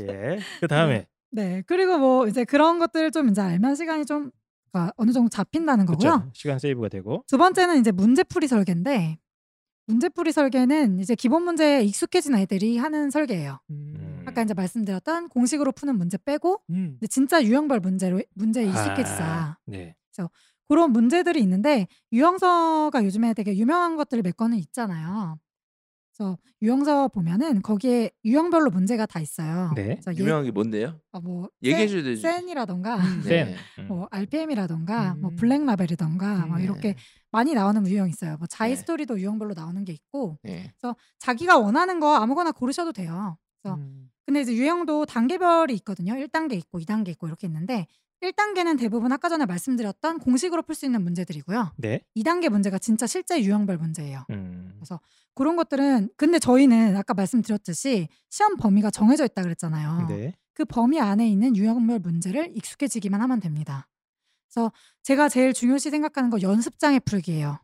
Speaker 1: 예. 그 다음에
Speaker 3: 네. 그리고 뭐 이제 그런 것들을 좀 이제 알면 시간이 좀 그러니까 어느 정도 잡힌다는 거고요.
Speaker 1: 그렇죠. 시간 세이브가 되고.
Speaker 3: 두 번째는 이제 문제풀이 설계인데 문제풀이 설계는 이제 기본 문제에 익숙해진 아이들이 하는 설계예요.
Speaker 2: 음.
Speaker 3: 아까 이제 말씀드렸던 공식으로 푸는 문제 빼고
Speaker 2: 음.
Speaker 3: 이제 진짜 유형별 문제로 문제에 익숙해지자
Speaker 1: 아, 네.
Speaker 3: 그런 문제들이 있는데 유형서가 요즘에 되게 유명한 것들이 몇 건은 있잖아요. 그래서 유형서 보면은 거기에 유형별로 문제가 다 있어요.
Speaker 1: 네.
Speaker 3: 그래서 예-
Speaker 4: 유명한 게 뭔데요? 네.
Speaker 3: 아, 뭐
Speaker 4: 얘기해 줘야 되지.
Speaker 3: 센이라던가
Speaker 1: 센. 음.
Speaker 3: 뭐 RPM이라던가 뭐
Speaker 2: 음.
Speaker 3: 블랙라벨이던가 막
Speaker 2: 음.
Speaker 3: 이렇게 많이 나오는 유형 있어요. 뭐 자이
Speaker 4: 네.
Speaker 3: 스토리도 유형별로 나오는 게 있고
Speaker 4: 네.
Speaker 3: 자기가 원하는 거 아무거나 고르셔도 돼요. 그래서
Speaker 2: 음.
Speaker 3: 근데 이제 유형도 단계별이 있거든요. 1단계 있고 2단계 있고 이렇게 있는데 1단계는 대부분 아까 전에 말씀드렸던 공식으로 풀 수 있는 문제들이고요.
Speaker 1: 네.
Speaker 3: 2단계 문제가 진짜 실제 유형별 문제예요.
Speaker 1: 음.
Speaker 3: 그런 것들은 근데 저희는 아까 말씀드렸듯이 시험 범위가 정해져 있다 그랬잖아요.
Speaker 1: 네.
Speaker 3: 그 범위 안에 있는 유형별 문제를 익숙해지기만 하면 됩니다. 그래서 제가 제일 중요시 생각하는 건 연습장의 풀기예요.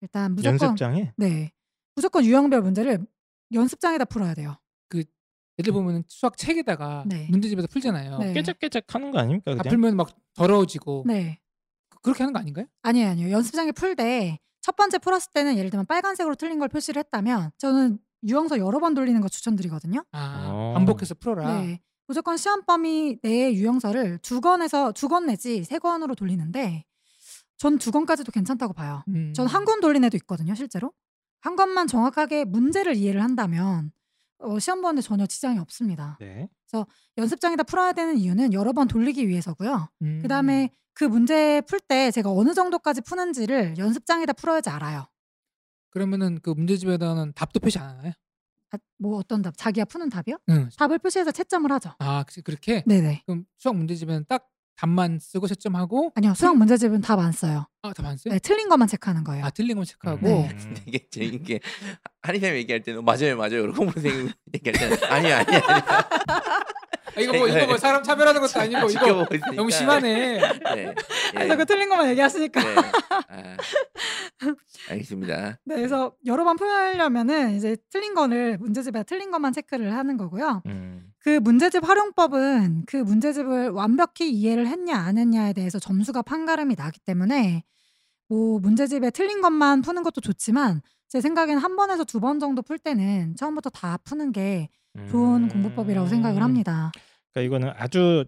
Speaker 3: 일단 무조건
Speaker 1: 연습장에
Speaker 3: 네 무조건 유형별 문제를 연습장에다 풀어야 돼요.
Speaker 2: 예를 보면 수학 책에다가
Speaker 3: 네.
Speaker 2: 문제집에서 풀잖아요.
Speaker 3: 네.
Speaker 1: 깨작깨작 하는 거 아닙니까?
Speaker 2: 다
Speaker 1: 그냥?
Speaker 2: 풀면 막 더러워지고
Speaker 3: 네
Speaker 2: 그- 그렇게 하는 거 아닌가요?
Speaker 3: 아니에요 아니에요 연습장에 풀 때 첫 번째 풀었을 때는 예를 들면 빨간색으로 틀린 걸 표시를 했다면 저는 유형서 여러 번 돌리는 거 추천드리거든요.
Speaker 2: 아,
Speaker 1: 어.
Speaker 2: 반복해서 풀어라.
Speaker 3: 네 무조건 시험 범위 내의 유형서를 두 권에서 두 권 내지 세 권으로 돌리는데 전 두 권까지도 괜찮다고 봐요.
Speaker 2: 음.
Speaker 3: 전 한 권 돌린 애도 있거든요, 실제로. 한 권만 정확하게 문제를 이해를 한다면 어, 시험 보는데 전혀 지장이 없습니다.
Speaker 1: 네.
Speaker 3: 연습장에다 풀어야 되는 이유는 여러 번 돌리기 위해서고요.
Speaker 2: 음.
Speaker 3: 그다음에 그 문제 풀 때 제가 어느 정도까지 푸는지를 연습장에다 풀어야지 알아요.
Speaker 2: 그러면은 그 문제집에다는 답도 표시 안 하나요?
Speaker 3: 아, 뭐 어떤 답? 자기가 푸는 답이요?
Speaker 2: 응.
Speaker 3: 답을 표시해서 채점을 하죠.
Speaker 2: 아 그- 그렇게
Speaker 3: 네네.
Speaker 2: 그럼 수학 문제집에는 딱 답만 쓰고 채점하고
Speaker 3: 아니요, 수학 문제집은 답 안 써요.
Speaker 2: 아, 답안 써요?
Speaker 3: 네, 틀린 것만 체크하는 거예요.
Speaker 2: 아 틀린 건 체크하고
Speaker 3: 네.
Speaker 1: 음.
Speaker 4: 이게 재밌는 게 한이쌤 얘기할 때는 맞아요 맞아요 이렇게 선생님 얘기할 때는 아니 아니 아니
Speaker 2: 아, 이거 뭐 이거 뭐 사람 차별하는 것도 아니고 이거
Speaker 4: 네, 지켜보고 있으니까.
Speaker 2: 너무 심하네. 아,
Speaker 4: 네. 네.
Speaker 3: 그래서 그 틀린 것만 얘기하시니까.
Speaker 4: 네. 아, 알겠습니다.
Speaker 3: 네, 그래서 여러 번 풀려면은 이제 틀린 거를 문제집에 틀린 것만 체크를 하는 거고요.
Speaker 1: 음.
Speaker 3: 그 문제집 활용법은 그 문제집을 완벽히 이해를 했냐 안 했냐에 대해서 점수가 판가름이 나기 때문에 뭐 문제집에 틀린 것만 푸는 것도 좋지만 제 생각엔 한 번에서 두 번 정도 풀 때는 처음부터 다 푸는 게 좋은
Speaker 1: 음.
Speaker 3: 공부법이라고 생각을 합니다.
Speaker 1: 그러니까 이거는 아주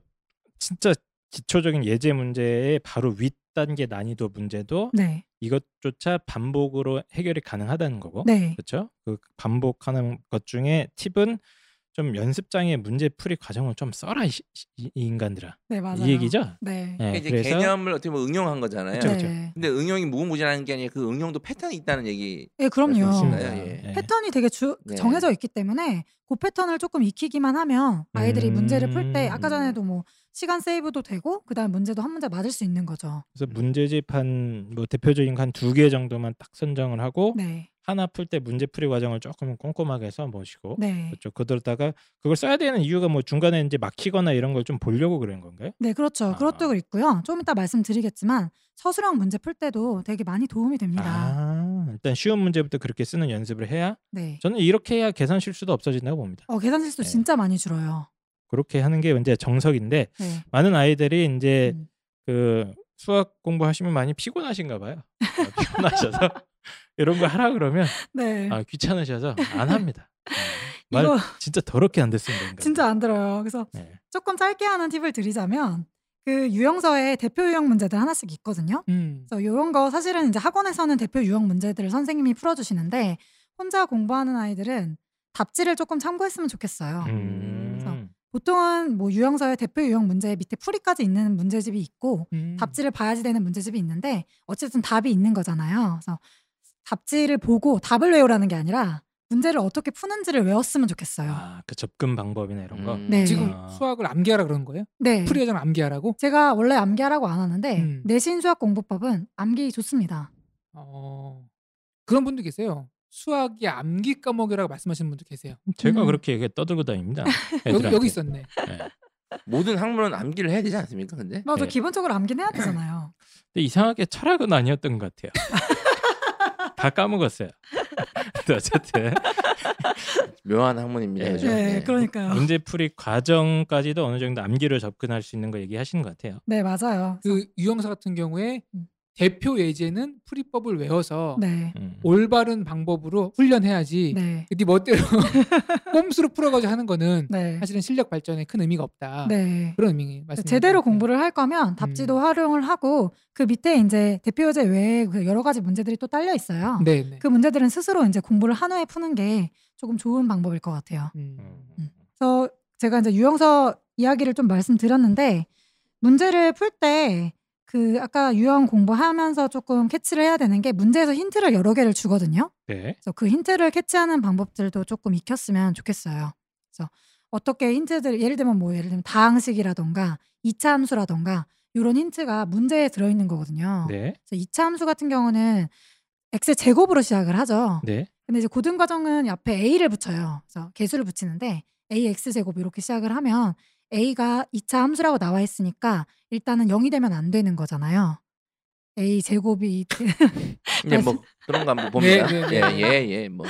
Speaker 1: 진짜 기초적인 예제 문제의 바로 윗 단계 난이도 문제도
Speaker 3: 네,
Speaker 1: 이것조차 어? 반복으로 해결이 가능하다는 거고.
Speaker 3: 네,
Speaker 1: 그렇죠? 그 반복하는 것 중에 팁은 좀 연습장의 문제 풀이 과정을 좀 써라 이, 이- 이 인간들아
Speaker 3: 네 맞아요.
Speaker 1: 그 이 얘기죠?
Speaker 3: 네.
Speaker 1: 네,
Speaker 4: 이제 개념을 어떻게 보면 응용한 거잖아요.
Speaker 1: 그쵸, 그쵸.
Speaker 3: 네.
Speaker 4: 근데 응용이 무궁무진한 게 아니라 그 응용도 패턴이 있다는 얘기.
Speaker 3: 예, 그럼요.
Speaker 4: 맞습니다.
Speaker 1: 맞습니다.
Speaker 4: 예, 예.
Speaker 1: 네.
Speaker 3: 패턴이 되게 주,
Speaker 4: 네.
Speaker 3: 정해져 있기 때문에 그 패턴을 조금 익히기만 하면 아이들이
Speaker 1: 음.
Speaker 3: 문제를 풀 때 아까 전에도 뭐 시간 세이브도 되고 그다음 문제도 한 문제 맞을 수 있는 거죠.
Speaker 1: 그래서 문제집 한뭐 대표적인 한 두 개 정도만 딱 선정을 하고
Speaker 3: 네.
Speaker 1: 하나 풀 때 문제 풀이 과정을 조금 꼼꼼하게 해서 보시고
Speaker 3: 네.
Speaker 1: 그렇죠. 그러다가 그걸 써야 되는 이유가 뭐 중간에 이제 막히거나 이런 걸 좀 보려고 그런 건가요?
Speaker 3: 네, 그렇죠.
Speaker 1: 아.
Speaker 3: 그것도 있고요. 좀 이따 말씀드리겠지만 서술형 문제 풀 때도 되게 많이 도움이 됩니다.
Speaker 1: 아, 일단 쉬운 문제부터 그렇게 쓰는 연습을 해야
Speaker 3: 네.
Speaker 1: 저는 이렇게 해야 계산 실수도 없어진다고 봅니다.
Speaker 3: 어, 계산 실수
Speaker 1: 네.
Speaker 3: 진짜 많이 줄어요.
Speaker 1: 그렇게 하는 게 이제 정석인데
Speaker 3: 네.
Speaker 1: 많은 아이들이 이제
Speaker 3: 음.
Speaker 1: 그 수학 공부하시면 많이 피곤하신가 봐요. 아, 피곤하셔서 이런 거 하라 그러면
Speaker 3: 네.
Speaker 1: 아, 귀찮으셔서 안 합니다. 아, 말
Speaker 3: 이거
Speaker 1: 진짜 더럽게 안 됐습니다. 인간.
Speaker 3: 진짜 안 들어요. 그래서
Speaker 1: 네.
Speaker 3: 조금 짧게 하는 팁을 드리자면 그 유형서에 대표 유형 문제들 하나씩 있거든요.
Speaker 2: 음.
Speaker 3: 그래서 이런 거 사실은 이제 학원에서는 대표 유형 문제들을 선생님이 풀어주시는데 혼자 공부하는 아이들은 답지를 조금 참고했으면 좋겠어요.
Speaker 1: 음.
Speaker 3: 보통은 뭐 유형서의 대표 유형 문제 밑에 풀이까지 있는 문제집이 있고
Speaker 2: 음.
Speaker 3: 답지를 봐야지 되는 문제집이 있는데 어쨌든 답이 있는 거잖아요. 그래서 답지를 보고 답을 외우라는 게 아니라 문제를 어떻게 푸는지를 외웠으면 좋겠어요.
Speaker 1: 아, 그 접근 방법이나 이런 거.
Speaker 4: 음.
Speaker 3: 네.
Speaker 2: 지금
Speaker 1: 아.
Speaker 2: 수학을 암기하라 그런 거예요?
Speaker 3: 네.
Speaker 2: 풀이 과정 암기하라고?
Speaker 3: 제가 원래 암기하라고 안 하는데
Speaker 2: 음.
Speaker 3: 내신 수학 공부법은 암기 좋습니다.
Speaker 2: 어. 그런 분도 계세요. 수학이 암기 과목이라고 말씀하시는 분도 계세요.
Speaker 1: 제가
Speaker 3: 음.
Speaker 1: 그렇게 얘기 떠들고 다닙니다.
Speaker 2: 여기,
Speaker 1: 애들한테.
Speaker 2: 여기 있었네.
Speaker 1: 네.
Speaker 4: 모든 학문은 암기를 해야 되지 않습니까? 근데
Speaker 3: 맞아
Speaker 1: 네.
Speaker 3: 기본적으로 암기는 해야 되잖아요.
Speaker 1: 근데 이상하게 철학은 아니었던 것 같아요. 다 까먹었어요. 근데 어쨌든
Speaker 4: 묘한 학문입니다.
Speaker 1: 예.
Speaker 4: 요즘.
Speaker 2: 그렇죠.
Speaker 3: 네,
Speaker 4: 예.
Speaker 3: 그러니까요.
Speaker 1: 문제풀이 과정까지도 어느 정도 암기로 접근할 수 있는 거 얘기하시는 것 같아요.
Speaker 3: 네 맞아요.
Speaker 2: 그 유형사 같은 경우에
Speaker 3: 음.
Speaker 2: 대표 예제는 풀이법을 외워서
Speaker 3: 네.
Speaker 1: 음.
Speaker 2: 올바른 방법으로 훈련해야지.
Speaker 3: 네.
Speaker 2: 네 멋대로 꼼수로 풀어가지고 하는 거는
Speaker 3: 네.
Speaker 2: 사실은 실력 발전에 큰 의미가 없다.
Speaker 3: 네.
Speaker 2: 그런 음. 의미 맞습니다.
Speaker 3: 제대로 공부를 할 거면 답지도 활용을 하고 그 밑에 이제 대표제 외에 그 여러 가지 문제들이 또 딸려 있어요.
Speaker 2: 네. 네.
Speaker 3: 그 문제들은 스스로 이제 공부를 한 후에 푸는 게 조금 좋은 방법일 것 같아요.
Speaker 2: 음.
Speaker 3: 그래서 제가 이제 유형서 이야기를 좀 말씀드렸는데 문제를 풀 때 그 아까 유형 공부하면서 조금 캐치를 해야 되는 게 문제에서 힌트를 여러 개를 주거든요.
Speaker 1: 네.
Speaker 3: 그래서 그 힌트를 캐치하는 방법들도 조금 익혔으면 좋겠어요. 그래서 어떻게 힌트들 예를 들면 뭐 예를 들면 다항식이라던가 이차 함수라던가 이런 힌트가 문제에 들어 있는 거거든요.
Speaker 1: 네.
Speaker 3: 그래서 이차 함수 같은 경우는 x의 제곱으로 시작을 하죠.
Speaker 1: 네.
Speaker 3: 근데 이제 고등 과정은 옆에 a를 붙여요. 그래서 개수를 붙이는데 ax 제곱 이렇게 시작을 하면 a가 2차 함수라고 나와 있으니까 일단은 0이 되면 안 되는 거잖아요. a 제곱이
Speaker 4: 네. 근데 뭐 그런 거 한번 봅니다.
Speaker 2: 네, 네, 네.
Speaker 4: 예예 예. 예, 뭐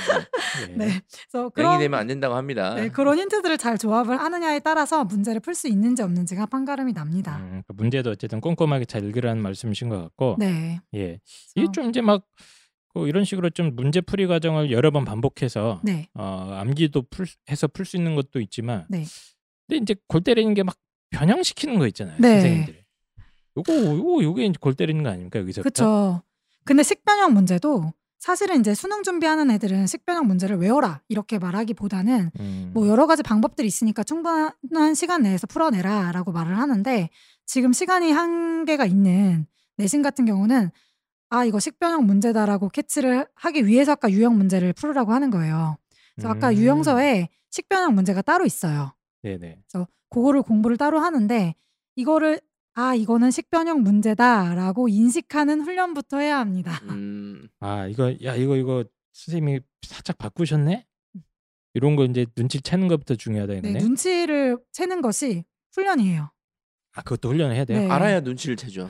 Speaker 1: 네.
Speaker 3: 네. 그래서
Speaker 4: 영이
Speaker 3: 그런
Speaker 4: 되면 안 된다고 합니다.
Speaker 3: 네, 그런 힌트들을 잘 조합을 하느냐에 따라서 문제를 풀 수 있는지 없는지가 판가름이 납니다.
Speaker 1: 음, 그 문제도 어쨌든 꼼꼼하게 잘 읽으라는 말씀이신 것 같고
Speaker 3: 네.
Speaker 2: 어.
Speaker 1: 예.
Speaker 3: 그래서-
Speaker 1: 이게 좀 이제 막그 이런 식으로 좀 문제풀이 과정을 여러 번 반복해서
Speaker 3: 네.
Speaker 1: 어, 암기도 풀, 해서 풀 수 있는 것도 있지만
Speaker 3: 네.
Speaker 1: 근데 이제 골 때리는 게 막 변형시키는 거 있잖아요
Speaker 3: 네.
Speaker 1: 선생님들 요거 요거 요게 이제 골 때리는 거 아닙니까 여기서부터
Speaker 3: 그렇죠. 근데 식변형 문제도 사실은 이제 수능 준비하는 애들은 식변형 문제를 외워라 이렇게 말하기보다는
Speaker 1: 음.
Speaker 3: 뭐 여러 가지 방법들이 있으니까 충분한 시간 내에서 풀어내라라고 말을 하는데 지금 시간이 한계가 있는 내신 같은 경우는 아 이거 식변형 문제다라고 캐치를 하기 위해서 아까 유형 문제를 풀으라고 하는 거예요. 그래서 아까
Speaker 1: 음.
Speaker 3: 유형서에 식변형 문제가 따로 있어요.
Speaker 1: 네네
Speaker 3: 그래서 그거를 공부를 따로 하는데 이거를 아 이거는 식변형 문제다라고 인식하는 훈련부터 해야 합니다.
Speaker 4: 음,
Speaker 1: 아 이거 야 이거 이거 선생님이 살짝 바꾸셨네 이런 거 이제 눈치 채는 것부터 중요하다
Speaker 3: 네,
Speaker 1: 이거네
Speaker 3: 눈치를 채는 것이 훈련이에요.
Speaker 1: 아 그것도 훈련을 해야 돼요
Speaker 3: 네.
Speaker 4: 알아야 눈치를 채죠.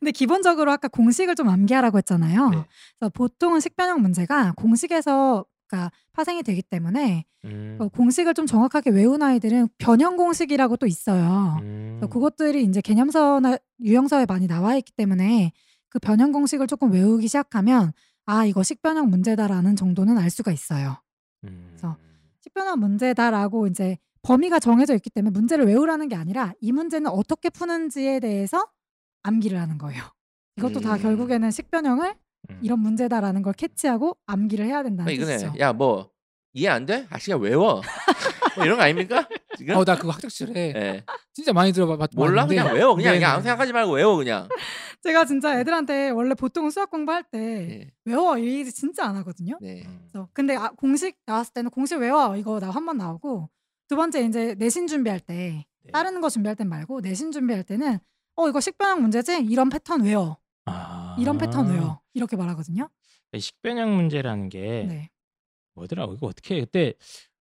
Speaker 3: 근데 기본적으로 아까 공식을 좀 암기하라고 했잖아요.
Speaker 1: 네.
Speaker 3: 그래서 보통은 식변형 문제가 공식에서 그러니까 파생이 되기 때문에
Speaker 1: 음.
Speaker 3: 그 공식을 좀 정확하게 외운 아이들은 변형 공식이라고 또 있어요.
Speaker 1: 음.
Speaker 3: 그래서 그것들이 이제 개념서나 유형서에 많이 나와 있기 때문에 그 변형 공식을 조금 외우기 시작하면 아 이거 식변형 문제다라는 정도는 알 수가 있어요.
Speaker 1: 음.
Speaker 3: 그래서 식변형 문제다라고 이제 범위가 정해져 있기 때문에 문제를 외우라는 게 아니라 이 문제는 어떻게 푸는지에 대해서 암기를 하는 거예요. 이것도 다
Speaker 4: 음.
Speaker 3: 결국에는 식변형을
Speaker 1: 음.
Speaker 3: 이런 문제다라는 걸 캐치하고 암기를 해야 된다는
Speaker 4: 그러니까
Speaker 3: 뜻이죠.
Speaker 4: 이거는 야뭐 이해 안 돼? 아씨가 외워. 뭐 이런 거 아닙니까? 지금?
Speaker 2: 어, 나 그거 학창 시절에
Speaker 4: 예.
Speaker 3: 아,
Speaker 2: 진짜 많이 들어봤
Speaker 4: 몰라 그냥 외워 그냥
Speaker 2: 네네.
Speaker 4: 그냥 아무 생각하지 말고 외워 그냥.
Speaker 3: 제가 진짜 애들한테 원래 보통은 수학 공부할 때
Speaker 4: 예.
Speaker 3: 외워 이 얘기 진짜 안 하거든요.
Speaker 4: 네.
Speaker 1: 음.
Speaker 3: 그래서 근데 아, 공식 나왔을 때는 공식 외워 이거 나 한 번 나오고 두 번째 이제 내신 준비할 때
Speaker 1: 네.
Speaker 3: 다른 거 준비할 땐 말고 내신 준비할 때는 어 이거 식변형 문제지 이런 패턴 외워
Speaker 1: 아.
Speaker 3: 이런 패턴 외워 이렇게 말하거든요.
Speaker 1: 식변형 문제라는 게
Speaker 3: 네.
Speaker 1: 뭐더라고 이거 어떻게 그때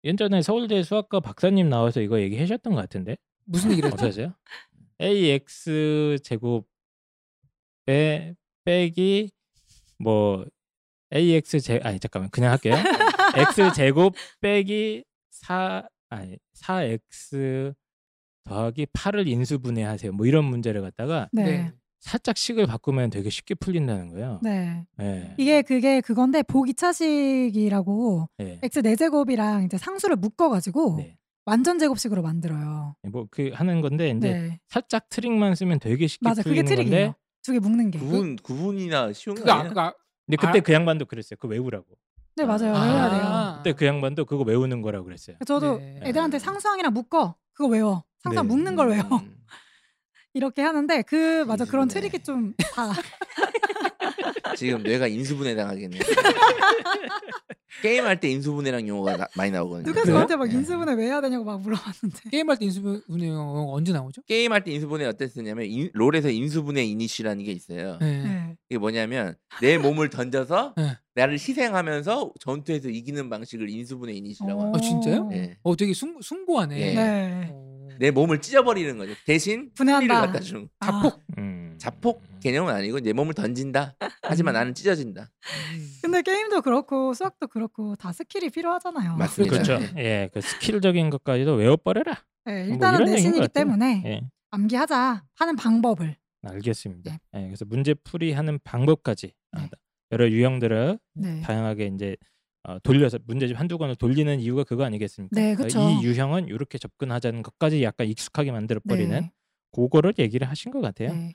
Speaker 1: 예전에 서울대 수학과 박사님 나와서 이거 얘기하셨던 것 같은데
Speaker 2: 무슨 얘기를 했죠?
Speaker 1: 어떠세요? ax 제곱 빼 빼기 뭐 ax 제 아니 잠깐만 그냥 할게요. x 제곱 빼기 4 아니 4x 더하기 8을 인수분해하세요. 뭐 이런 문제를 갖다가
Speaker 3: 네.
Speaker 2: 네.
Speaker 3: 네.
Speaker 1: 살짝 식을 바꾸면 되게 쉽게 풀린다는 거예요. 예.
Speaker 3: 네. 이게 그게 그건데 보기차식이라고
Speaker 1: 예.
Speaker 3: x 네 제곱이랑 이제 상수를 묶어 가지고
Speaker 1: 네.
Speaker 3: 완전 제곱식으로 만들어요.
Speaker 1: 뭐 그 하는 건데 이제
Speaker 3: 네.
Speaker 1: 살짝 트릭만 쓰면 되게 쉽게
Speaker 3: 맞아. 그게
Speaker 1: 풀리는 건데
Speaker 3: 트릭이에요. 두 개 묶는 게.
Speaker 4: 구분 구분이나 쉬운
Speaker 2: 그거
Speaker 4: 거
Speaker 2: 아-
Speaker 4: 아니야?
Speaker 2: 그거 아-
Speaker 1: 근데 그때
Speaker 2: 아.
Speaker 1: 그 양반도 그랬어요. 그 외우라고.
Speaker 3: 네, 맞아요.
Speaker 4: 아.
Speaker 3: 외워야 돼요.
Speaker 1: 그때 그 양반도 그거 외우는 거라고 그랬어요.
Speaker 3: 저도
Speaker 2: 네.
Speaker 3: 애들한테 상수항이랑 묶어 그거 외워 상수항
Speaker 1: 네.
Speaker 3: 묶는 걸 외워
Speaker 4: 음.
Speaker 3: 이렇게 하는데 그 맞아 그런
Speaker 4: 이지네.
Speaker 3: 트릭이 좀다
Speaker 4: 지금 뇌가 인수분해 당하겠네. 게임 할 때 인수분해랑 용어가 나- 많이 나오거든요.
Speaker 3: 누가
Speaker 1: 그래요?
Speaker 3: 저한테 막
Speaker 4: 예.
Speaker 3: 인수분해 왜 해야 되냐고 막 물어봤는데
Speaker 2: 게임할 때 인수분 운영 언제 나오죠?
Speaker 4: 게임 할 때 인수분해 어땠었냐면 인- 롤에서 인수분해 이니시라는 게 있어요.
Speaker 2: 네.
Speaker 3: 네.
Speaker 4: 이게 뭐냐면 내 몸을 던져서
Speaker 2: 네.
Speaker 4: 나를 희생하면서 전투에서 이기는 방식을 인수분해 이니시라고
Speaker 3: 어.
Speaker 4: 합니다.
Speaker 2: 아 진짜요?
Speaker 4: 예.
Speaker 2: 어 되게 숭 숭고하네.
Speaker 4: 예.
Speaker 3: 네.
Speaker 2: 어.
Speaker 4: 내 몸을 찢어버리는 거죠. 대신
Speaker 3: 분해한다.
Speaker 4: 피를 갖다 주는. 거.
Speaker 2: 자폭.
Speaker 3: 아,
Speaker 1: 음.
Speaker 4: 자폭 개념은 아니고 내 몸을 던진다. 하지만 나는 찢어진다.
Speaker 2: 음.
Speaker 3: 근데 게임도 그렇고 수학도 그렇고 다 스킬이 필요하잖아요
Speaker 4: 맞습니다.
Speaker 1: 그렇죠.
Speaker 4: 예.
Speaker 1: 예, 그 스킬적인 것까지도 외워버려라.
Speaker 3: 네,
Speaker 1: 뭐
Speaker 3: 일단은
Speaker 1: 이런 얘기인 것
Speaker 3: 내신이기
Speaker 1: 같아요.
Speaker 3: 때문에
Speaker 1: 예,
Speaker 3: 암기하자 하는 방법을
Speaker 1: 알겠습니다.
Speaker 3: 네.
Speaker 1: 예, 그래서 문제 풀이하는 방법까지 아,
Speaker 3: 네.
Speaker 1: 여러 유형들을
Speaker 3: 네.
Speaker 1: 음, 다양하게 이제 어, 돌려서 문제집 한두 권을 돌리는 이유가 그거 아니겠습니까?
Speaker 3: 네,
Speaker 1: 그러니까
Speaker 3: 그쵸.
Speaker 1: 이 유형은 이렇게 접근하자는 것까지 약간 익숙하게 만들어 버리는
Speaker 3: 네.
Speaker 1: 그거를 얘기를 하신 것 같아요.
Speaker 3: 네.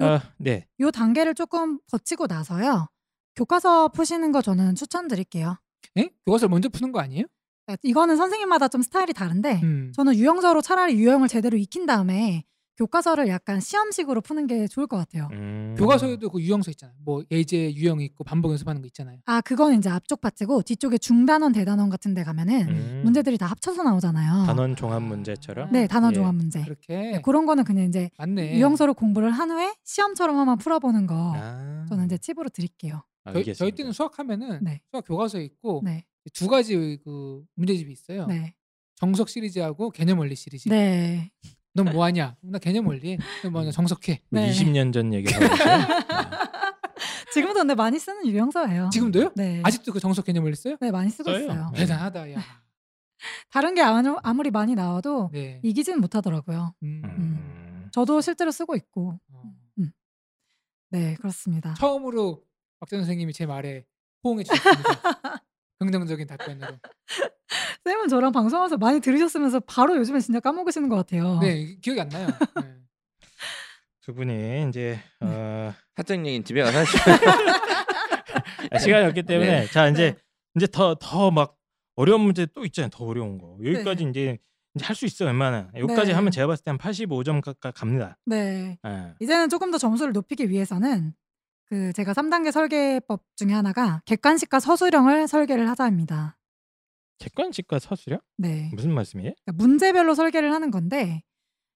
Speaker 1: 아, 네.
Speaker 3: 요 단계를 조금 거치고 나서요 교과서 푸시는 거 저는 추천드릴게요
Speaker 2: 예? 교과서를 먼저 푸는 거 아니에요?
Speaker 3: 네, 이거는 선생님마다 좀 스타일이 다른데
Speaker 2: 음.
Speaker 3: 네. 저는 유형서로 차라리 유형을 제대로 익힌 다음에 교과서를 약간 시험식으로 푸는 게 좋을 것 같아요.
Speaker 1: 음.
Speaker 2: 교과서에도 그 유형서 있잖아요. 뭐 예제 유형 있고 반복 연습하는 거 있잖아요.
Speaker 3: 아, 그건 이제 앞쪽 파트고 뒤쪽에 중단원, 대단원 같은 데 가면은
Speaker 1: 음.
Speaker 3: 문제들이 다 합쳐서 나오잖아요.
Speaker 1: 단원 종합 문제처럼.
Speaker 3: 어. 네, 단원
Speaker 1: 예.
Speaker 3: 종합 문제.
Speaker 2: 그렇게
Speaker 3: 네, 그런 거는 그냥 이제
Speaker 2: 맞네.
Speaker 3: 유형서로 공부를 한 후에 시험처럼 한번 풀어보는 거
Speaker 1: 아.
Speaker 3: 저는 이제 팁으로 드릴게요.
Speaker 4: 아,
Speaker 2: 저희, 저희
Speaker 1: 알겠습니다.
Speaker 2: 때는 수학하면은
Speaker 3: 네.
Speaker 2: 수학 교과서에 있고
Speaker 3: 네,
Speaker 2: 두 가지 뭐 그 문제집이 있어요.
Speaker 3: 네,
Speaker 2: 정석 시리즈하고 개념 원리 시리즈.
Speaker 3: 네.
Speaker 2: 넌 뭐하냐? 나 개념 원리. 너 뭐냐? 정석해.
Speaker 3: 네.
Speaker 1: 20년 전 얘기하고 있어요.
Speaker 3: 지금도 근데 많이 쓰는 유형서예요.
Speaker 2: 지금도요?
Speaker 3: 네,
Speaker 2: 아직도 그 정석 개념 원리 써요?
Speaker 3: 네 많이 쓰고
Speaker 1: 써요.
Speaker 3: 있어요.
Speaker 1: 네.
Speaker 2: 대단하다 야.
Speaker 3: 다른 게 아무- 아무리 많이 나와도
Speaker 2: 네.
Speaker 3: 이기진 못하더라고요.
Speaker 2: 음.
Speaker 1: 음.
Speaker 3: 저도 실제로 쓰고 있고,
Speaker 2: 어.
Speaker 3: 네 그렇습니다.
Speaker 2: 처음으로 박전 선생님이 제 말에 호응해 주셨습니다. 긍정적인 답변으로.
Speaker 3: 쌤은 저랑 방송하면서 많이 들으셨으면서 바로 요즘에 진짜 까먹으시는 것 같아요.
Speaker 2: 네, 기억이 안 나요. 네.
Speaker 1: 두 분이 이제 어,
Speaker 4: 사적 얘기는 집에 가서 하시죠.
Speaker 1: 아, 시간이 없기 때문에 자 이제
Speaker 3: 네.
Speaker 1: 이제 더 더 막 어려운 문제 또 있잖아요. 더 어려운 거 여기까지 이제 이제 할 수 있어 웬만한 여기까지
Speaker 3: 네.
Speaker 1: 하면 제가 봤을 때 한 85점 가까이 갑니다.
Speaker 3: 네.
Speaker 1: 예.
Speaker 3: 이제는 조금 더 점수를 높이기 위해서는 그 제가 3단계 설계법 중에 하나가 객관식과 서술형을 설계를 하자입니다.
Speaker 1: 객관식과 서술형
Speaker 3: 네.
Speaker 1: 무슨 말씀이에요?
Speaker 3: 그러니까 문제별로 설계를 하는 건데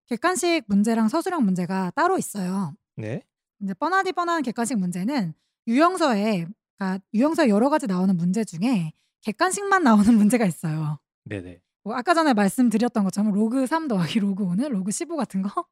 Speaker 3: 객관식 문제랑 서술형 문제가 따로 있어요.
Speaker 1: 네.
Speaker 3: 이제 뻔하디 뻔한 객관식 문제는 유형서에 그러니까 유형서 여러 가지 나오는 문제 중에 객관식만 나오는 문제가 있어요.
Speaker 1: 네네.
Speaker 3: 뭐 아까 전에 말씀드렸던 것처럼 로그 3 더하기 로그 5는 로그 15 같은 거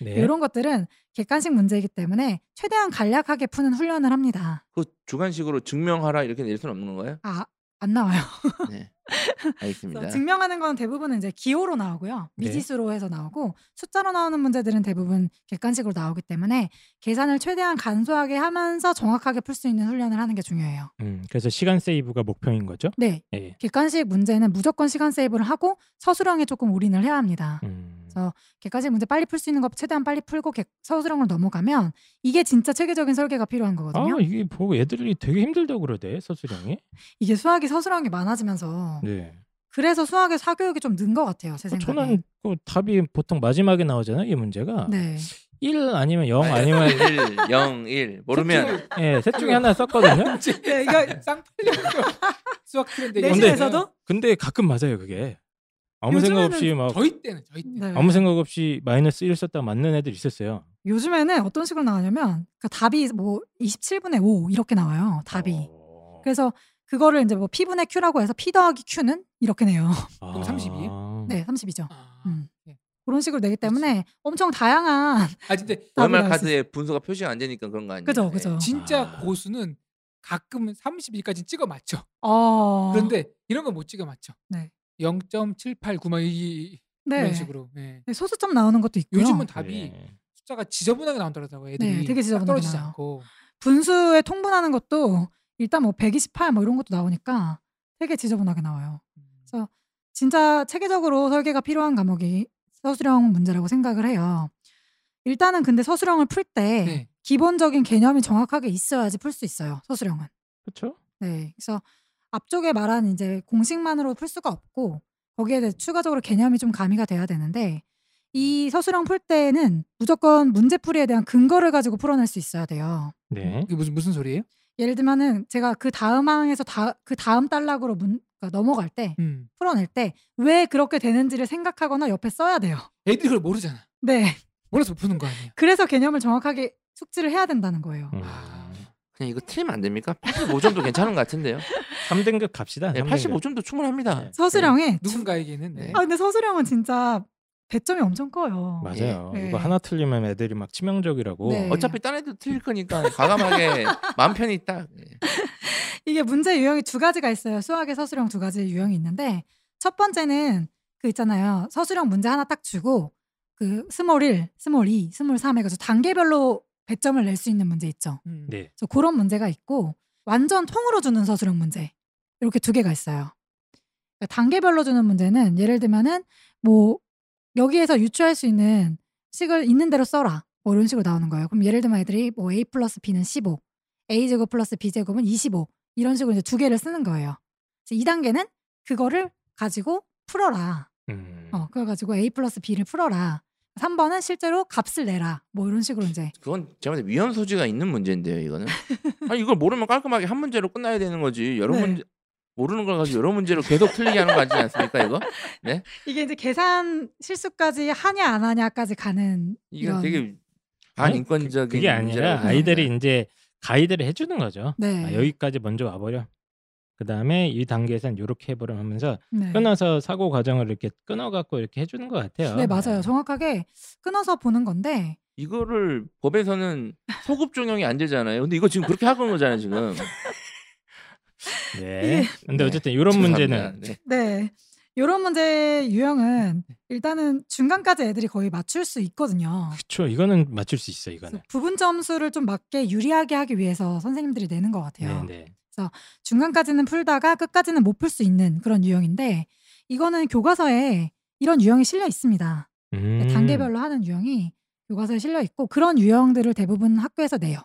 Speaker 1: 네.
Speaker 3: 이런 것들은 객관식 문제이기 때문에 최대한 간략하게 푸는 훈련을 합니다.
Speaker 4: 그 주관식으로 증명하라 이렇게 낼 수는 없는 거예요?
Speaker 3: 아 안 나와요.
Speaker 4: 네.
Speaker 3: 그래서
Speaker 4: 알겠습니다.
Speaker 3: 증명하는 건 대부분 이제 기호로 나오고요,
Speaker 1: 네.
Speaker 3: 미지수로 해서 나오고 숫자로 나오는 문제들은 대부분 객관식으로 나오기 때문에 계산을 최대한 간소하게 하면서 정확하게 풀 수 있는 훈련을 하는 게 중요해요.
Speaker 1: 음, 그래서 시간 세이브가 목표인 거죠.
Speaker 3: 네,
Speaker 1: 예.
Speaker 3: 객관식 문제는 무조건 시간 세이브를 하고 서술형에 조금 올인을 해야 합니다.
Speaker 1: 음.
Speaker 3: 그래서 그래서 걔까지 문제 빨리 풀 수 있는 거 최대한 빨리 풀고 개- 서술형으로 넘어가면 이게 진짜 체계적인 설계가 필요한
Speaker 1: 아
Speaker 3: 거거든요. 어.
Speaker 1: 이게 보고 애들이 되게 힘들다고 그러대 서술형이.
Speaker 3: 이게 수학이 서술형이 많아지면서
Speaker 1: 네.
Speaker 3: 그래서 수학의 사교육이 좀 는 것 같아요. 제
Speaker 1: 어,
Speaker 3: 생각에.
Speaker 1: 저는 그 답이 보통 마지막에 나오잖아요 이 문제가.
Speaker 3: 네.
Speaker 1: 1 아니면 0 아니면
Speaker 4: 1, 0, 1 모르면
Speaker 1: 예, 셋 중에 하나 썼거든요.
Speaker 2: 네, 이거 쌍팔려 수학
Speaker 3: 네,
Speaker 2: 트렌드
Speaker 1: 근데-
Speaker 3: 내신에서도
Speaker 1: 근데 가끔 맞아요 그게. 아무 생각 없이 막
Speaker 2: 저희 때는 저희 때
Speaker 3: 네.
Speaker 1: 아무 생각 없이 마이너스 1 썼다 맞는 애들 있었어요.
Speaker 3: 요즘에는 어떤 식으로 나가냐면 그 답이 뭐 27분의 5 이렇게 나와요. 답이.
Speaker 1: 어.
Speaker 3: 그래서 그거를 이제 뭐 P분의 Q라고 해서 P 더하기 Q는 이렇게 내요.
Speaker 1: 아.
Speaker 2: 32?
Speaker 3: 네, 30이죠.
Speaker 2: 아,
Speaker 3: 음.
Speaker 2: 예.
Speaker 3: 그런 식으로 내기 때문에 엄청 다양한
Speaker 2: 아 근데
Speaker 3: 답이
Speaker 4: 월말
Speaker 3: 나올 수
Speaker 4: 뭐 카드에 분수가 표시가 안 되니까 그런 거 아니에요? 네.
Speaker 3: 그죠, 그죠.
Speaker 2: 진짜
Speaker 1: 아.
Speaker 2: 고수는 가끔은 32까지 찍어 맞죠.
Speaker 3: 어.
Speaker 2: 그런데 이런 거 못 찍어 맞죠.
Speaker 3: 네.
Speaker 2: 0.789막 이- 이런
Speaker 3: 네.
Speaker 2: 식으로. 네.
Speaker 3: 네, 소수점 나오는 것도 있고요.
Speaker 2: 요즘은
Speaker 1: 네.
Speaker 2: 답이 숫자가 지저분하게 나오더라고요. 애들이
Speaker 3: 네, 되게 지저분하게
Speaker 2: 떨어지지
Speaker 3: 나와요.
Speaker 2: 않고.
Speaker 3: 분수에 통분하는 것도 일단 뭐 128 뭐 이런 것도 나오니까 되게 지저분하게 나와요.
Speaker 2: 음.
Speaker 3: 그래서 진짜 체계적으로 설계가 필요한 과목이 서술형 문제라고 생각을 해요. 일단은 근데 서술형을 풀 때
Speaker 2: 네.
Speaker 3: 기본적인 개념이 정확하게 있어야지 풀 수 있어요. 서술형은.
Speaker 1: 그렇죠.
Speaker 3: 네. 그래서 앞쪽에 말한 이제 공식만으로 풀 수가 없고 거기에 대해 추가적으로 개념이 좀 가미가 돼야 되는데 이 서술형 풀 때는 무조건 문제풀이에 대한 근거를 가지고 풀어낼 수 있어야 돼요.
Speaker 1: 네.
Speaker 2: 이게 무슨 무슨 소리예요?
Speaker 3: 예를 들면은 제가 그 다음 항에서 다, 그 다음 단락으로 문, 그러니까 넘어갈 때
Speaker 2: 음.
Speaker 3: 풀어낼 때 왜 그렇게 되는지를 생각하거나 옆에 써야 돼요.
Speaker 2: 애들이 그걸 모르잖아.
Speaker 3: 네.
Speaker 2: 몰라서 못 푸는 거 아니야.
Speaker 3: 그래서 개념을 정확하게 숙지를 해야 된다는 거예요.
Speaker 1: 음.
Speaker 2: 아.
Speaker 4: 그냥 이거 틀리면 안 됩니까? 85점도 괜찮은 것 같은데요.
Speaker 1: 3등급 갑시다.
Speaker 4: 네,
Speaker 1: 3등급.
Speaker 4: 85점도 충분합니다.
Speaker 1: 아, 네.
Speaker 3: 서술형에
Speaker 2: 누군가에게는 네.
Speaker 4: 네.
Speaker 3: 아 근데 서술형은 진짜 배점이 엄청 커요.
Speaker 1: 맞아요.
Speaker 3: 예. 네.
Speaker 1: 이거 하나 틀리면 애들이 막 치명적이라고.
Speaker 3: 네.
Speaker 4: 어차피 딴 애도 틀릴 거니까 과감하게 마음 편히 딱 네.
Speaker 3: 이게 문제 유형이 두 가지가 있어요. 수학의 서술형 두 가지 유형이 있는데 첫 번째는 그 있잖아요. 서술형 문제 하나 딱 주고 그 스몰 1, 스몰 2, 스몰 3 해가지고 단계별로 배점을 낼 수 있는 문제 있죠.
Speaker 2: 음.
Speaker 1: 네.
Speaker 3: 그래서 그런 문제가 있고 완전 통으로 주는 서술형 문제 이렇게 두 개가 있어요. 그러니까 단계별로 주는 문제는 예를 들면은 뭐 여기에서 유추할 수 있는 식을 있는 대로 써라 뭐 이런 식으로 나오는 거예요. 그럼 예를 들면 애들이 뭐 a 플러스 b는 15, a 제곱 플러스 b 제곱은 25 이런 식으로 이제 두 개를 쓰는 거예요. 그래서 2단계는 그거를 가지고 풀어라.
Speaker 1: 음.
Speaker 3: 어, 그걸 가지고 a 플러스 b를 풀어라. 3번은 실제로 값을 내라. 뭐 이런 식으로 이제
Speaker 4: 그건 제가 봤을 때 위헌 소지가 있는 문제인데요. 이거는 아니 이걸 모르면 깔끔하게 한 문제로 끝나야 되는 거지. 여러
Speaker 3: 네.
Speaker 4: 문제 모르는 걸 가지고 여러 문제로 계속 틀리게 하는 거 아니지 않습니까? 이거
Speaker 3: 이게 이제 계산 실수까지 하냐 안 하냐까지 가는
Speaker 4: 이거
Speaker 3: 이런-
Speaker 4: 되게
Speaker 1: 아니,
Speaker 4: 반인권적인
Speaker 1: 그게 아니라
Speaker 4: 문제라고
Speaker 1: 아이들이 이제 가이드를 해주는 거죠.
Speaker 3: 네.
Speaker 1: 아, 여기까지 먼저 와버려. 그 다음에 이 단계에선 이렇게 해버려 하면서
Speaker 3: 네.
Speaker 1: 끊어서 사고 과정을 이렇게 끊어갖고 이렇게 해주는 것 같아요.
Speaker 3: 네 맞아요. 정확하게 끊어서 보는 건데
Speaker 4: 이거를 법에서는 소급 종용이 안 되잖아요. 근데 이거 지금 그렇게 하고 있는 거잖아요. 지금.
Speaker 1: 네. 근데
Speaker 4: 네.
Speaker 1: 어쨌든 이런 문제는
Speaker 4: 죄송합니다. 네.
Speaker 3: 네 이런 문제 유형은
Speaker 1: 네.
Speaker 3: 일단은 중간까지 애들이 거의 맞출 수 있거든요.
Speaker 1: 그쵸. 이거는 맞출 수 있어. 이거는.
Speaker 3: 그래서 부분 점수를 좀 맞게 유리하게 하기 위해서 선생님들이 내는 것 같아요.
Speaker 1: 네, 네.
Speaker 3: 중간까지는 풀다가 끝까지는 못 풀 수 있는 그런 유형인데 이거는 교과서에 이런 유형이 실려 있습니다. 그러니까
Speaker 1: 음.
Speaker 3: 단계별로 하는 유형이 교과서에 실려 있고 그런 유형들을 대부분 학교에서 내요.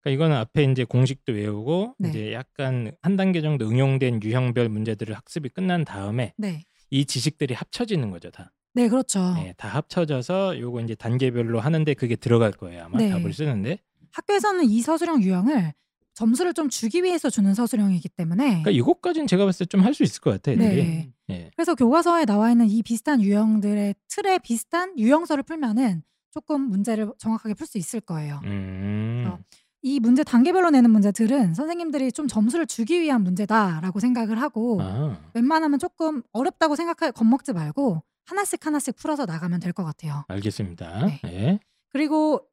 Speaker 1: 그러니까 이거는 앞에 이제 공식도 외우고
Speaker 3: 네.
Speaker 1: 이제 약간 한 단계 정도 응용된 유형별 문제들을 학습이 끝난 다음에
Speaker 3: 네,
Speaker 1: 이 지식들이 합쳐지는 거죠 다.
Speaker 3: 네 그렇죠.
Speaker 1: 네, 다 합쳐져서 요거 이제 단계별로 하는데 그게 들어갈 거예요 아마
Speaker 3: 네.
Speaker 1: 답을 쓰는데.
Speaker 3: 학교에서는 이 서술형 유형을 점수를 좀 주기 위해서 주는 서술형이기 때문에
Speaker 1: 그러니까 이것까지는 제가 봤을 때 좀 할 수 있을 것 같아 애들이.
Speaker 3: 네.
Speaker 1: 예.
Speaker 3: 그래서 교과서에 나와 있는 이 비슷한 유형들의 틀에 비슷한 유형서를 풀면은 조금 문제를 정확하게 풀 수 있을 거예요.
Speaker 1: 음.
Speaker 3: 어. 이 문제 단계별로 내는 문제들은 선생님들이 좀 점수를 주기 위한 문제다라고 생각을 하고
Speaker 1: 아,
Speaker 3: 웬만하면 조금 어렵다고 생각할 겁먹지 말고 하나씩 하나씩 풀어서 나가면 될 것 같아요.
Speaker 1: 알겠습니다.
Speaker 3: 네.
Speaker 1: 예.
Speaker 3: 그리고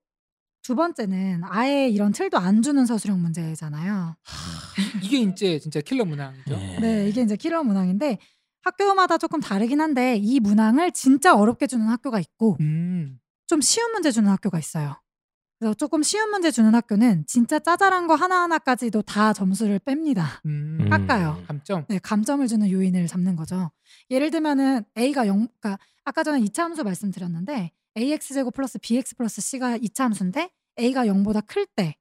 Speaker 3: 두 번째는 아예 이런 틀도 안 주는 서술형 문제잖아요.
Speaker 2: 이게 이제 진짜 킬러 문항이죠.
Speaker 1: 예.
Speaker 3: 네, 이게 이제 킬러 문항인데 학교마다 조금 다르긴 한데 이 문항을 진짜 어렵게 주는 학교가 있고
Speaker 2: 음.
Speaker 3: 좀 쉬운 문제 주는 학교가 있어요. 그래서 조금 쉬운 문제 주는 학교는 진짜 짜잘한 거 하나하나까지도 다 점수를 뺍니다.
Speaker 2: 음.
Speaker 1: 음.
Speaker 3: 깎아요.
Speaker 2: 감점.
Speaker 3: 네, 감점을 주는 요인을 잡는 거죠. 예를 들면은 A가 0, 그러니까 아까 전에 이차 함수 말씀드렸는데 AX 제곱 플러스 BX 플러스 C가 이차 함수인데 A가 0보다 클 때랑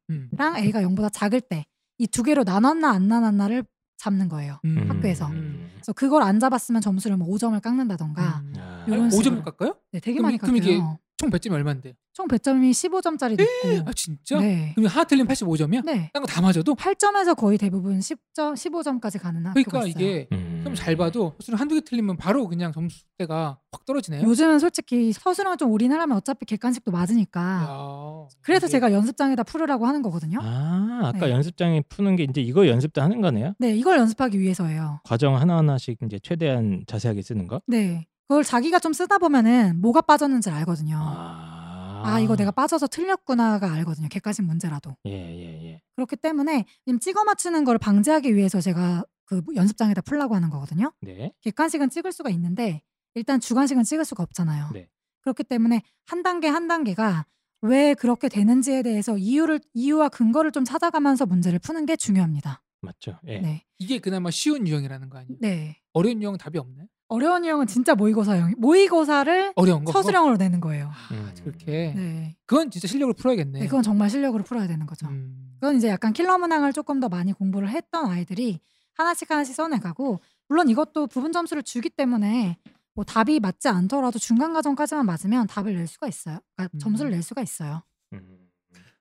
Speaker 2: 음.
Speaker 3: A가 0보다 작을 때 이 두 개로 나눴나 안 나눴나를 잡는 거예요.
Speaker 2: 음.
Speaker 3: 학교에서.
Speaker 2: 음.
Speaker 3: 그래서 그걸 안 잡았으면 점수를 뭐 5점을 깎는다던가
Speaker 2: 음.
Speaker 1: 아,
Speaker 3: 요런
Speaker 2: 오
Speaker 3: 식으로.
Speaker 2: 점을 깎아요?
Speaker 3: 네, 되게
Speaker 2: 그럼
Speaker 3: 많이
Speaker 2: 이- 그럼 이게
Speaker 3: 깎여요.
Speaker 2: 총 100점이 얼마인데?
Speaker 3: 총 100점이 15점짜리도 있고
Speaker 2: 아 진짜?
Speaker 3: 네.
Speaker 2: 그럼 하나 틀리면 85점이야?
Speaker 3: 네.
Speaker 2: 딴 거 다 맞아도?
Speaker 3: 8점에서 거의 대부분 10점, 15점까지 가는 학교가
Speaker 2: 그러니까
Speaker 3: 있어요.
Speaker 2: 이게
Speaker 1: 음.
Speaker 2: 좀 잘 봐도 사실 한두 개 틀리면 바로 그냥 점수대가 확 떨어지네요.
Speaker 3: 요즘은 솔직히 서술형을 좀 올인하려면 어차피 객관식도 맞으니까
Speaker 2: 야,
Speaker 3: 아. 그래서
Speaker 2: 이게-
Speaker 3: 제가 연습장에다 풀으라고 하는 거거든요.
Speaker 1: 아 아까
Speaker 3: 네.
Speaker 1: 연습장에 푸는 게 이제 이거 연습 때 하는 거네요.
Speaker 3: 네, 이걸 연습하기 위해서예요.
Speaker 1: 과정 하나 하나씩 이제 최대한 자세하게 쓰는 거.
Speaker 3: 네, 그걸 자기가 좀 쓰다 보면은 뭐가 빠졌는지 알거든요. 아,
Speaker 1: 아,
Speaker 3: 이거 내가 빠져서 틀렸구나가 알거든요. 객관식 문제라도.
Speaker 1: 예예 예.
Speaker 3: 그렇기 때문에 지금 찍어 맞추는 걸 방지하기 위해서 제가 그 연습장에다 풀라고 하는 거거든요.
Speaker 1: 네.
Speaker 3: 객관식은 찍을 수가 있는데 일단 주관식은 찍을 수가 없잖아요.
Speaker 1: 네.
Speaker 3: 그렇기 때문에 한 단계 한 단계가 왜 그렇게 되는지에 대해서 이유를 이유와 근거를 좀 찾아가면서 문제를 푸는 게 중요합니다.
Speaker 1: 맞죠. 예.
Speaker 3: 네.
Speaker 2: 이게 그나마 쉬운 유형이라는 거 아니에요?
Speaker 3: 네.
Speaker 2: 어려운 유형 답이 없네.
Speaker 3: 어려운 유형은 진짜 모의고사형 모의고사를
Speaker 2: 어려운 거.
Speaker 3: 서술형으로 내는 거예요.
Speaker 2: 아,
Speaker 1: 음.
Speaker 2: 그렇게.
Speaker 3: 네.
Speaker 2: 그건 진짜 실력을 풀어야겠네.
Speaker 3: 네, 그건 정말 실력으로 풀어야 되는 거죠.
Speaker 2: 음.
Speaker 3: 그건 이제 약간 킬러 문항을 조금 더 많이 공부를 했던 아이들이 하나씩 하나씩 써내가고 물론 이것도 부분 점수를 주기 때문에 뭐 답이 맞지 않더라도 중간 과정까지만 맞으면 답을 낼 수가 있어요. 그러니까
Speaker 2: 음.
Speaker 3: 점수를 낼 수가 있어요.
Speaker 1: 음.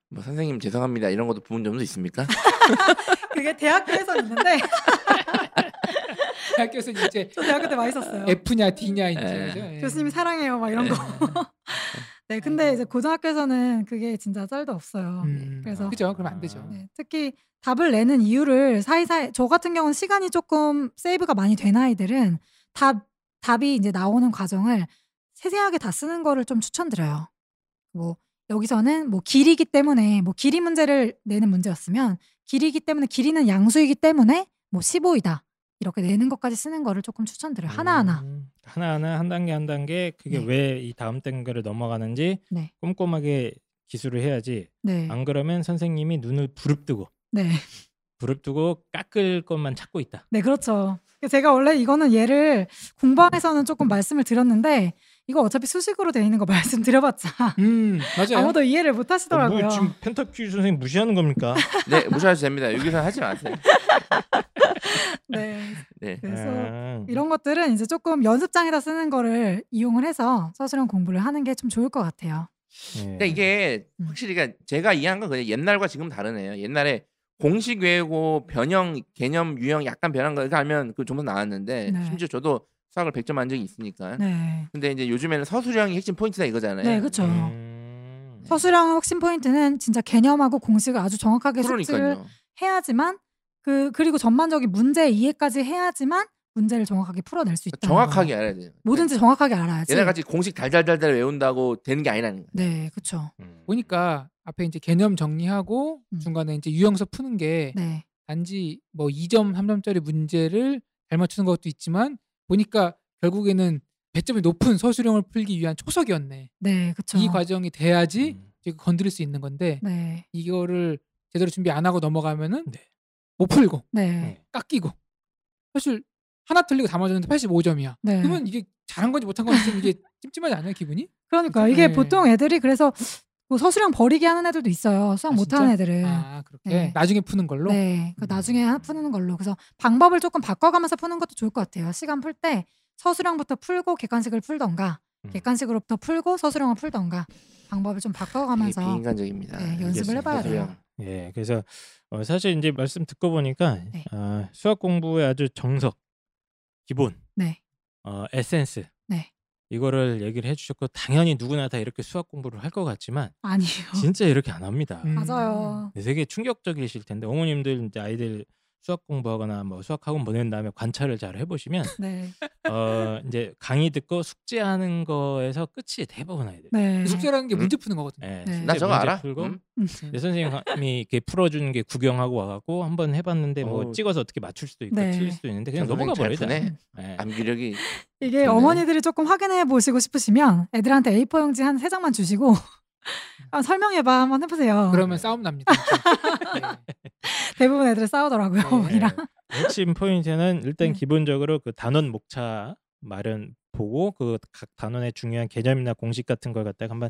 Speaker 4: 뭐 선생님 죄송합니다. 이런 것도 부분 점수 있습니까?
Speaker 3: 그게 대학교에서 있는데
Speaker 2: 학교에서 이제
Speaker 3: 저 대학교 때 많이 썼어요.
Speaker 2: F냐 D냐 이제.
Speaker 4: 예.
Speaker 2: 그죠? 예.
Speaker 3: 그렇죠. 교수님이 사랑해요 막 이런 거. 네, 근데 이제 고등학교에서는 그게 진짜 짤도 없어요.
Speaker 2: 음.
Speaker 3: 그래서-
Speaker 2: 그죠? 그럼 안 되죠.
Speaker 3: 네, 특히 답을 내는 이유를 사이사이 저 같은 경우는 시간이 조금 세이브가 많이 된 아이들은 답 답이 이제 나오는 과정을 세세하게 다 쓰는 거를 좀 추천드려요. 뭐 여기서는 뭐 길이기 때문에 뭐 길이 문제를 내는 문제였으면 길이기 때문에 길이는 양수이기 때문에 뭐 15이다 이렇게 내는 것까지 쓰는 거를 조금 추천드려요. 하나하나.
Speaker 1: 음, 하나하나 한 단계 한 단계 그게
Speaker 3: 네.
Speaker 1: 왜 이 다음 단계를 넘어가는지
Speaker 3: 네.
Speaker 1: 꼼꼼하게 기술을 해야지
Speaker 3: 네.
Speaker 1: 안 그러면 선생님이 눈을 부릅뜨고
Speaker 3: 네.
Speaker 1: 부릅뜨고 깎을 것만 찾고 있다.
Speaker 3: 네, 그렇죠. 제가 원래 이거는 얘를 공방에서는 조금 말씀을 드렸는데 이거 어차피 수식으로 돼 있는 거 말씀드려봤자
Speaker 2: 음, 맞아요.
Speaker 3: 아무도 이해를 못 하시더라고요.
Speaker 1: 뭐 지금 펜타큐 선생님 무시하는 겁니까?
Speaker 4: 네 무시하셔도 됩니다. 여기서 하지 마세요.
Speaker 3: 네.
Speaker 4: 네.
Speaker 3: 그래서
Speaker 1: 아,
Speaker 3: 이런 것들은 이제 조금 연습장에다 쓰는 거를 이용을 해서 서술형 공부를 하는 게 좀 좋을 것 같아요.
Speaker 1: 예.
Speaker 4: 그러니까 이게
Speaker 3: 음.
Speaker 4: 확실히 그러니까 제가 이해한 건 그냥 옛날과 지금 다르네요. 옛날에 공식 외우고 변형 개념 유형 약간 변한 거 하면 그 점수 나왔는데
Speaker 3: 네.
Speaker 4: 심지어 저도 수학을 100점 한 적이 있으니까.
Speaker 3: 네.
Speaker 4: 근데 이제 요즘에는 서술형이 핵심 포인트다 이거잖아요.
Speaker 3: 네, 그렇죠.
Speaker 1: 음.
Speaker 3: 서술형 핵심 포인트는 진짜 개념하고 공식을 아주 정확하게 숙지를
Speaker 4: 그러니까요.
Speaker 3: 해야지만 그 그리고 전반적인 문제 이해까지 해야지만 문제를 정확하게 풀어낼 수 있다.
Speaker 4: 정확하게 알아야 돼요.
Speaker 3: 뭐든지 정확하게 알아야지.
Speaker 4: 옛날 같이 공식 달달달달 외운다고 되는 게 아니라는 거예요.
Speaker 3: 네, 그렇죠.
Speaker 1: 음.
Speaker 2: 보니까 앞에 이제 개념 정리하고
Speaker 3: 음.
Speaker 2: 중간에 이제 유형서 푸는 게
Speaker 3: 네.
Speaker 2: 단지 뭐 2점, 3점짜리 문제를 잘 맞추는 것도 있지만 보니까 결국에는 배점이 높은 서술형을 풀기 위한 초석이었네.
Speaker 3: 네, 그렇죠.
Speaker 2: 이 과정이 돼야지
Speaker 1: 음.
Speaker 2: 이제 건드릴 수 있는 건데
Speaker 3: 네,
Speaker 2: 이거를 제대로 준비 안 하고 넘어가면은
Speaker 1: 네.
Speaker 2: 못 풀고
Speaker 3: 네,
Speaker 1: 네.
Speaker 2: 깎이고 사실 하나 틀리고 다 맞았는데 85점이야.
Speaker 3: 네.
Speaker 2: 그러면 이게 잘한 건지 못한 건지 좀 이게 찜찜하지 않아요 기분이?
Speaker 3: 그러니까 이게
Speaker 2: 네.
Speaker 3: 보통 애들이 그래서 뭐 서술형 버리기 하는 애들도 있어요. 수학
Speaker 2: 아,
Speaker 3: 못하는
Speaker 2: 진짜?
Speaker 3: 애들은.
Speaker 2: 아 그렇게
Speaker 3: 네.
Speaker 2: 나중에 푸는 걸로. 음.
Speaker 3: 네, 그 나중에 하나 푸는 걸로. 그래서 방법을 조금 바꿔가면서 푸는 것도 좋을 것 같아요. 시간 풀 때 서술형부터 풀고 객관식을 풀던가,
Speaker 1: 음.
Speaker 3: 객관식으로부터 풀고 서술형을 풀던가 방법을 좀 바꿔가면서.
Speaker 4: 되게 비인간적입니다.
Speaker 3: 아, 네, 연습을
Speaker 1: 알겠습니다.
Speaker 3: 해봐야 돼요.
Speaker 4: 서술형.
Speaker 1: 예, 그래서 어, 사실 이제 말씀 듣고 보니까
Speaker 3: 네.
Speaker 1: 아, 수학 공부의 아주 정석, 기본,
Speaker 3: 네,
Speaker 1: 어, 에센스
Speaker 3: 네.
Speaker 1: 이거를 얘기를 해주셨고 당연히 누구나 다 이렇게 수학 공부를 할 것 같지만
Speaker 3: 아니요.
Speaker 1: 진짜 이렇게 안 합니다.
Speaker 2: 음.
Speaker 3: 맞아요.
Speaker 1: 되게 충격적이실 텐데 어머님들 이제 아이들 수학 공부하거나 뭐 수학 학원 보낸 다음에 관찰을 잘 해보시면
Speaker 3: 네,
Speaker 1: 어 이제 강의 듣고 숙제하는 거에서 끝이 대부분 아이들.
Speaker 3: 네.
Speaker 2: 그 숙제라는 게
Speaker 4: 음.
Speaker 2: 문제 푸는 거거든요.
Speaker 1: 예,
Speaker 3: 네.
Speaker 1: 숙제
Speaker 4: 나 저거
Speaker 1: 문제
Speaker 4: 알아.
Speaker 1: 풀고
Speaker 4: 음?
Speaker 1: 내 선생님이 이렇게 풀어주는 게 구경하고 와갖고 한번 해봤는데 뭐
Speaker 4: 어우.
Speaker 1: 찍어서 어떻게 맞출 수도 있고
Speaker 3: 네.
Speaker 1: 틀릴 수도 있는데 그냥
Speaker 4: 저
Speaker 1: 넘어가
Speaker 4: 선생님 잘
Speaker 1: 버리자.
Speaker 4: 푸네. 아.
Speaker 1: 예.
Speaker 4: 암기력이
Speaker 3: 이게
Speaker 4: 좋네.
Speaker 3: 어머니들이 조금 확인해 보시고 싶으시면 애들한테 A4 용지 한 세 장만 주시고 아, 설명해봐 한번 해보세요.
Speaker 2: 그러면 싸움 납니다. 진짜. 네.
Speaker 3: 대부분 애들이 싸우더라고요.
Speaker 2: 네.
Speaker 3: 어머니랑.
Speaker 1: 예. 핵심 포인트는 일단
Speaker 3: 네.
Speaker 1: 기본적으로 그 단원 목차 마련 보고 그 각 단원의 중요한 개념이나 공식 같은 걸 갖다가 한번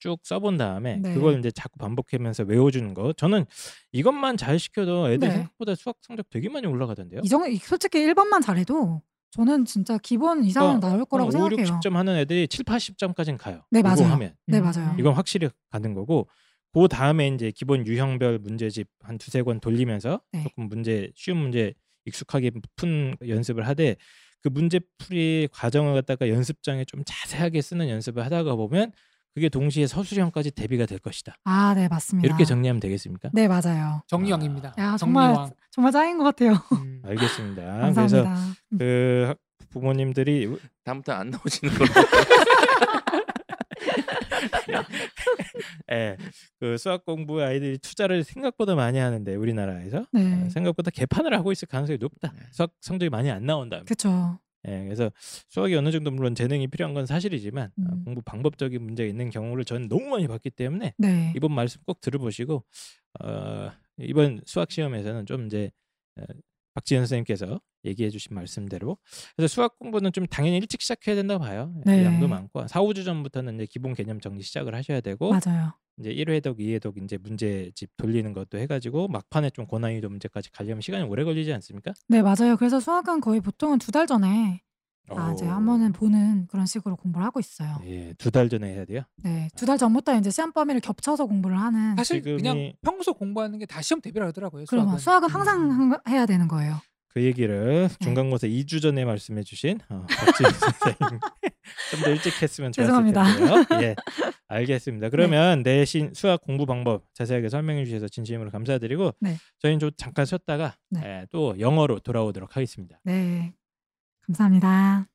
Speaker 1: 쭉 써본 다음에
Speaker 3: 네.
Speaker 1: 그걸 이제 자꾸 반복하면서 외워주는 거. 저는 이것만 잘 시켜도 애들
Speaker 3: 네.
Speaker 1: 생각보다 수학 성적 되게 많이 올라가던데요.
Speaker 3: 이 정도 솔직히 1번만 잘해도 저는 진짜 기본
Speaker 1: 어,
Speaker 3: 이상은 나올 거라고
Speaker 1: 5, 6,
Speaker 3: 생각해요.
Speaker 1: 10점 하는 애들이 7, 80점까지는 가요.
Speaker 3: 네,
Speaker 1: 그거
Speaker 3: 맞아요.
Speaker 1: 하면.
Speaker 3: 네 맞아요.
Speaker 2: 음.
Speaker 1: 이건 확실히 가는 거고 그 다음에 이제 기본 유형별 문제집 한 두세 권 돌리면서
Speaker 3: 네.
Speaker 1: 조금 문제 쉬운 문제 익숙하게 푼 연습을 하되 그 문제풀이 과정을 갖다가 연습장에 좀 자세하게 쓰는 연습을 하다가 보면 그게 동시에 서술형까지 대비가 될 것이다.
Speaker 3: 아 네 맞습니다.
Speaker 1: 이렇게 정리하면 되겠습니까?
Speaker 3: 네 맞아요.
Speaker 2: 정리왕입니다.
Speaker 3: 야 정말
Speaker 2: 정리왕.
Speaker 3: 정말 짱인 것 같아요.
Speaker 2: 음.
Speaker 1: 알겠습니다. 아, 그래서
Speaker 3: 네. 아, 감사합니다.
Speaker 1: 그 학- 부모님들이
Speaker 4: 다음부터 안 나오시는 걸로.
Speaker 1: 에, 그 수학 공부에 아이들이 투자를 생각보다 많이 하는데 우리나라에서
Speaker 3: 네
Speaker 1: 아, 생각보다 개판을 하고 있을 가능성이 높다. 수학 성적이 많이 안 나온다.
Speaker 3: 그렇죠.
Speaker 1: 예, 그래서 수학이 어느 정도 물론 재능이 필요한 건 사실이지만 아,
Speaker 3: 음.
Speaker 1: 공부 방법적인 문제가 있는 경우를 저는 너무 많이 봤기 때문에
Speaker 3: 네
Speaker 1: 이번 말씀 꼭 들어보시고 어, 이번 수학 시험에서는 좀 이제 어, 박지현 선생님께서 얘기해주신 말씀대로 그래서 수학 공부는 좀 당연히 일찍 시작해야 된다고 봐요. 예,
Speaker 3: 네.
Speaker 1: 양도 많고 4, 5주 전부터는 이제 기본 개념 정리 시작을 하셔야 되고
Speaker 3: 맞아요.
Speaker 1: 이제 1회독, 2회독 이제 문제집 돌리는 것도 해가지고 막판에 좀 고난이도 문제까지 가려면 시간이 오래 걸리지 않습니까?
Speaker 3: 네 맞아요. 그래서 수학은 거의 보통은 두 달 전에 아, 이제
Speaker 1: 오.
Speaker 3: 한 번은 보는 그런 식으로 공부를 하고 있어요.
Speaker 1: 예, 두 달 전에 해야 돼요.
Speaker 3: 네, 두 달 전부터 이제 시험 범위를 겹쳐서 공부를 하는.
Speaker 2: 사실
Speaker 1: 지금이-
Speaker 2: 그냥 평소 공부하는 게 다 시험 대비라 하더라고요.
Speaker 3: 그럼
Speaker 2: 수학은.
Speaker 3: 수학은 항상
Speaker 1: 음.
Speaker 3: 한- 해야 되는 거예요.
Speaker 1: 그
Speaker 3: 네.
Speaker 1: 얘기를 중간고사 2주 전에 말씀해 주신 어, 박지윤 선생님 좀 더 일찍 했으면 좋았을 텐데요.
Speaker 3: 죄송합니다. 네.
Speaker 1: 예, 알겠습니다. 그러면 내신 수학 공부 방법 자세하게 설명해 주셔서 진심으로 감사드리고
Speaker 3: 네.
Speaker 1: 저희는 좀 잠깐 쉬었다가
Speaker 3: 네.
Speaker 1: 예, 또 영어로 돌아오도록 하겠습니다.
Speaker 3: 네, 감사합니다.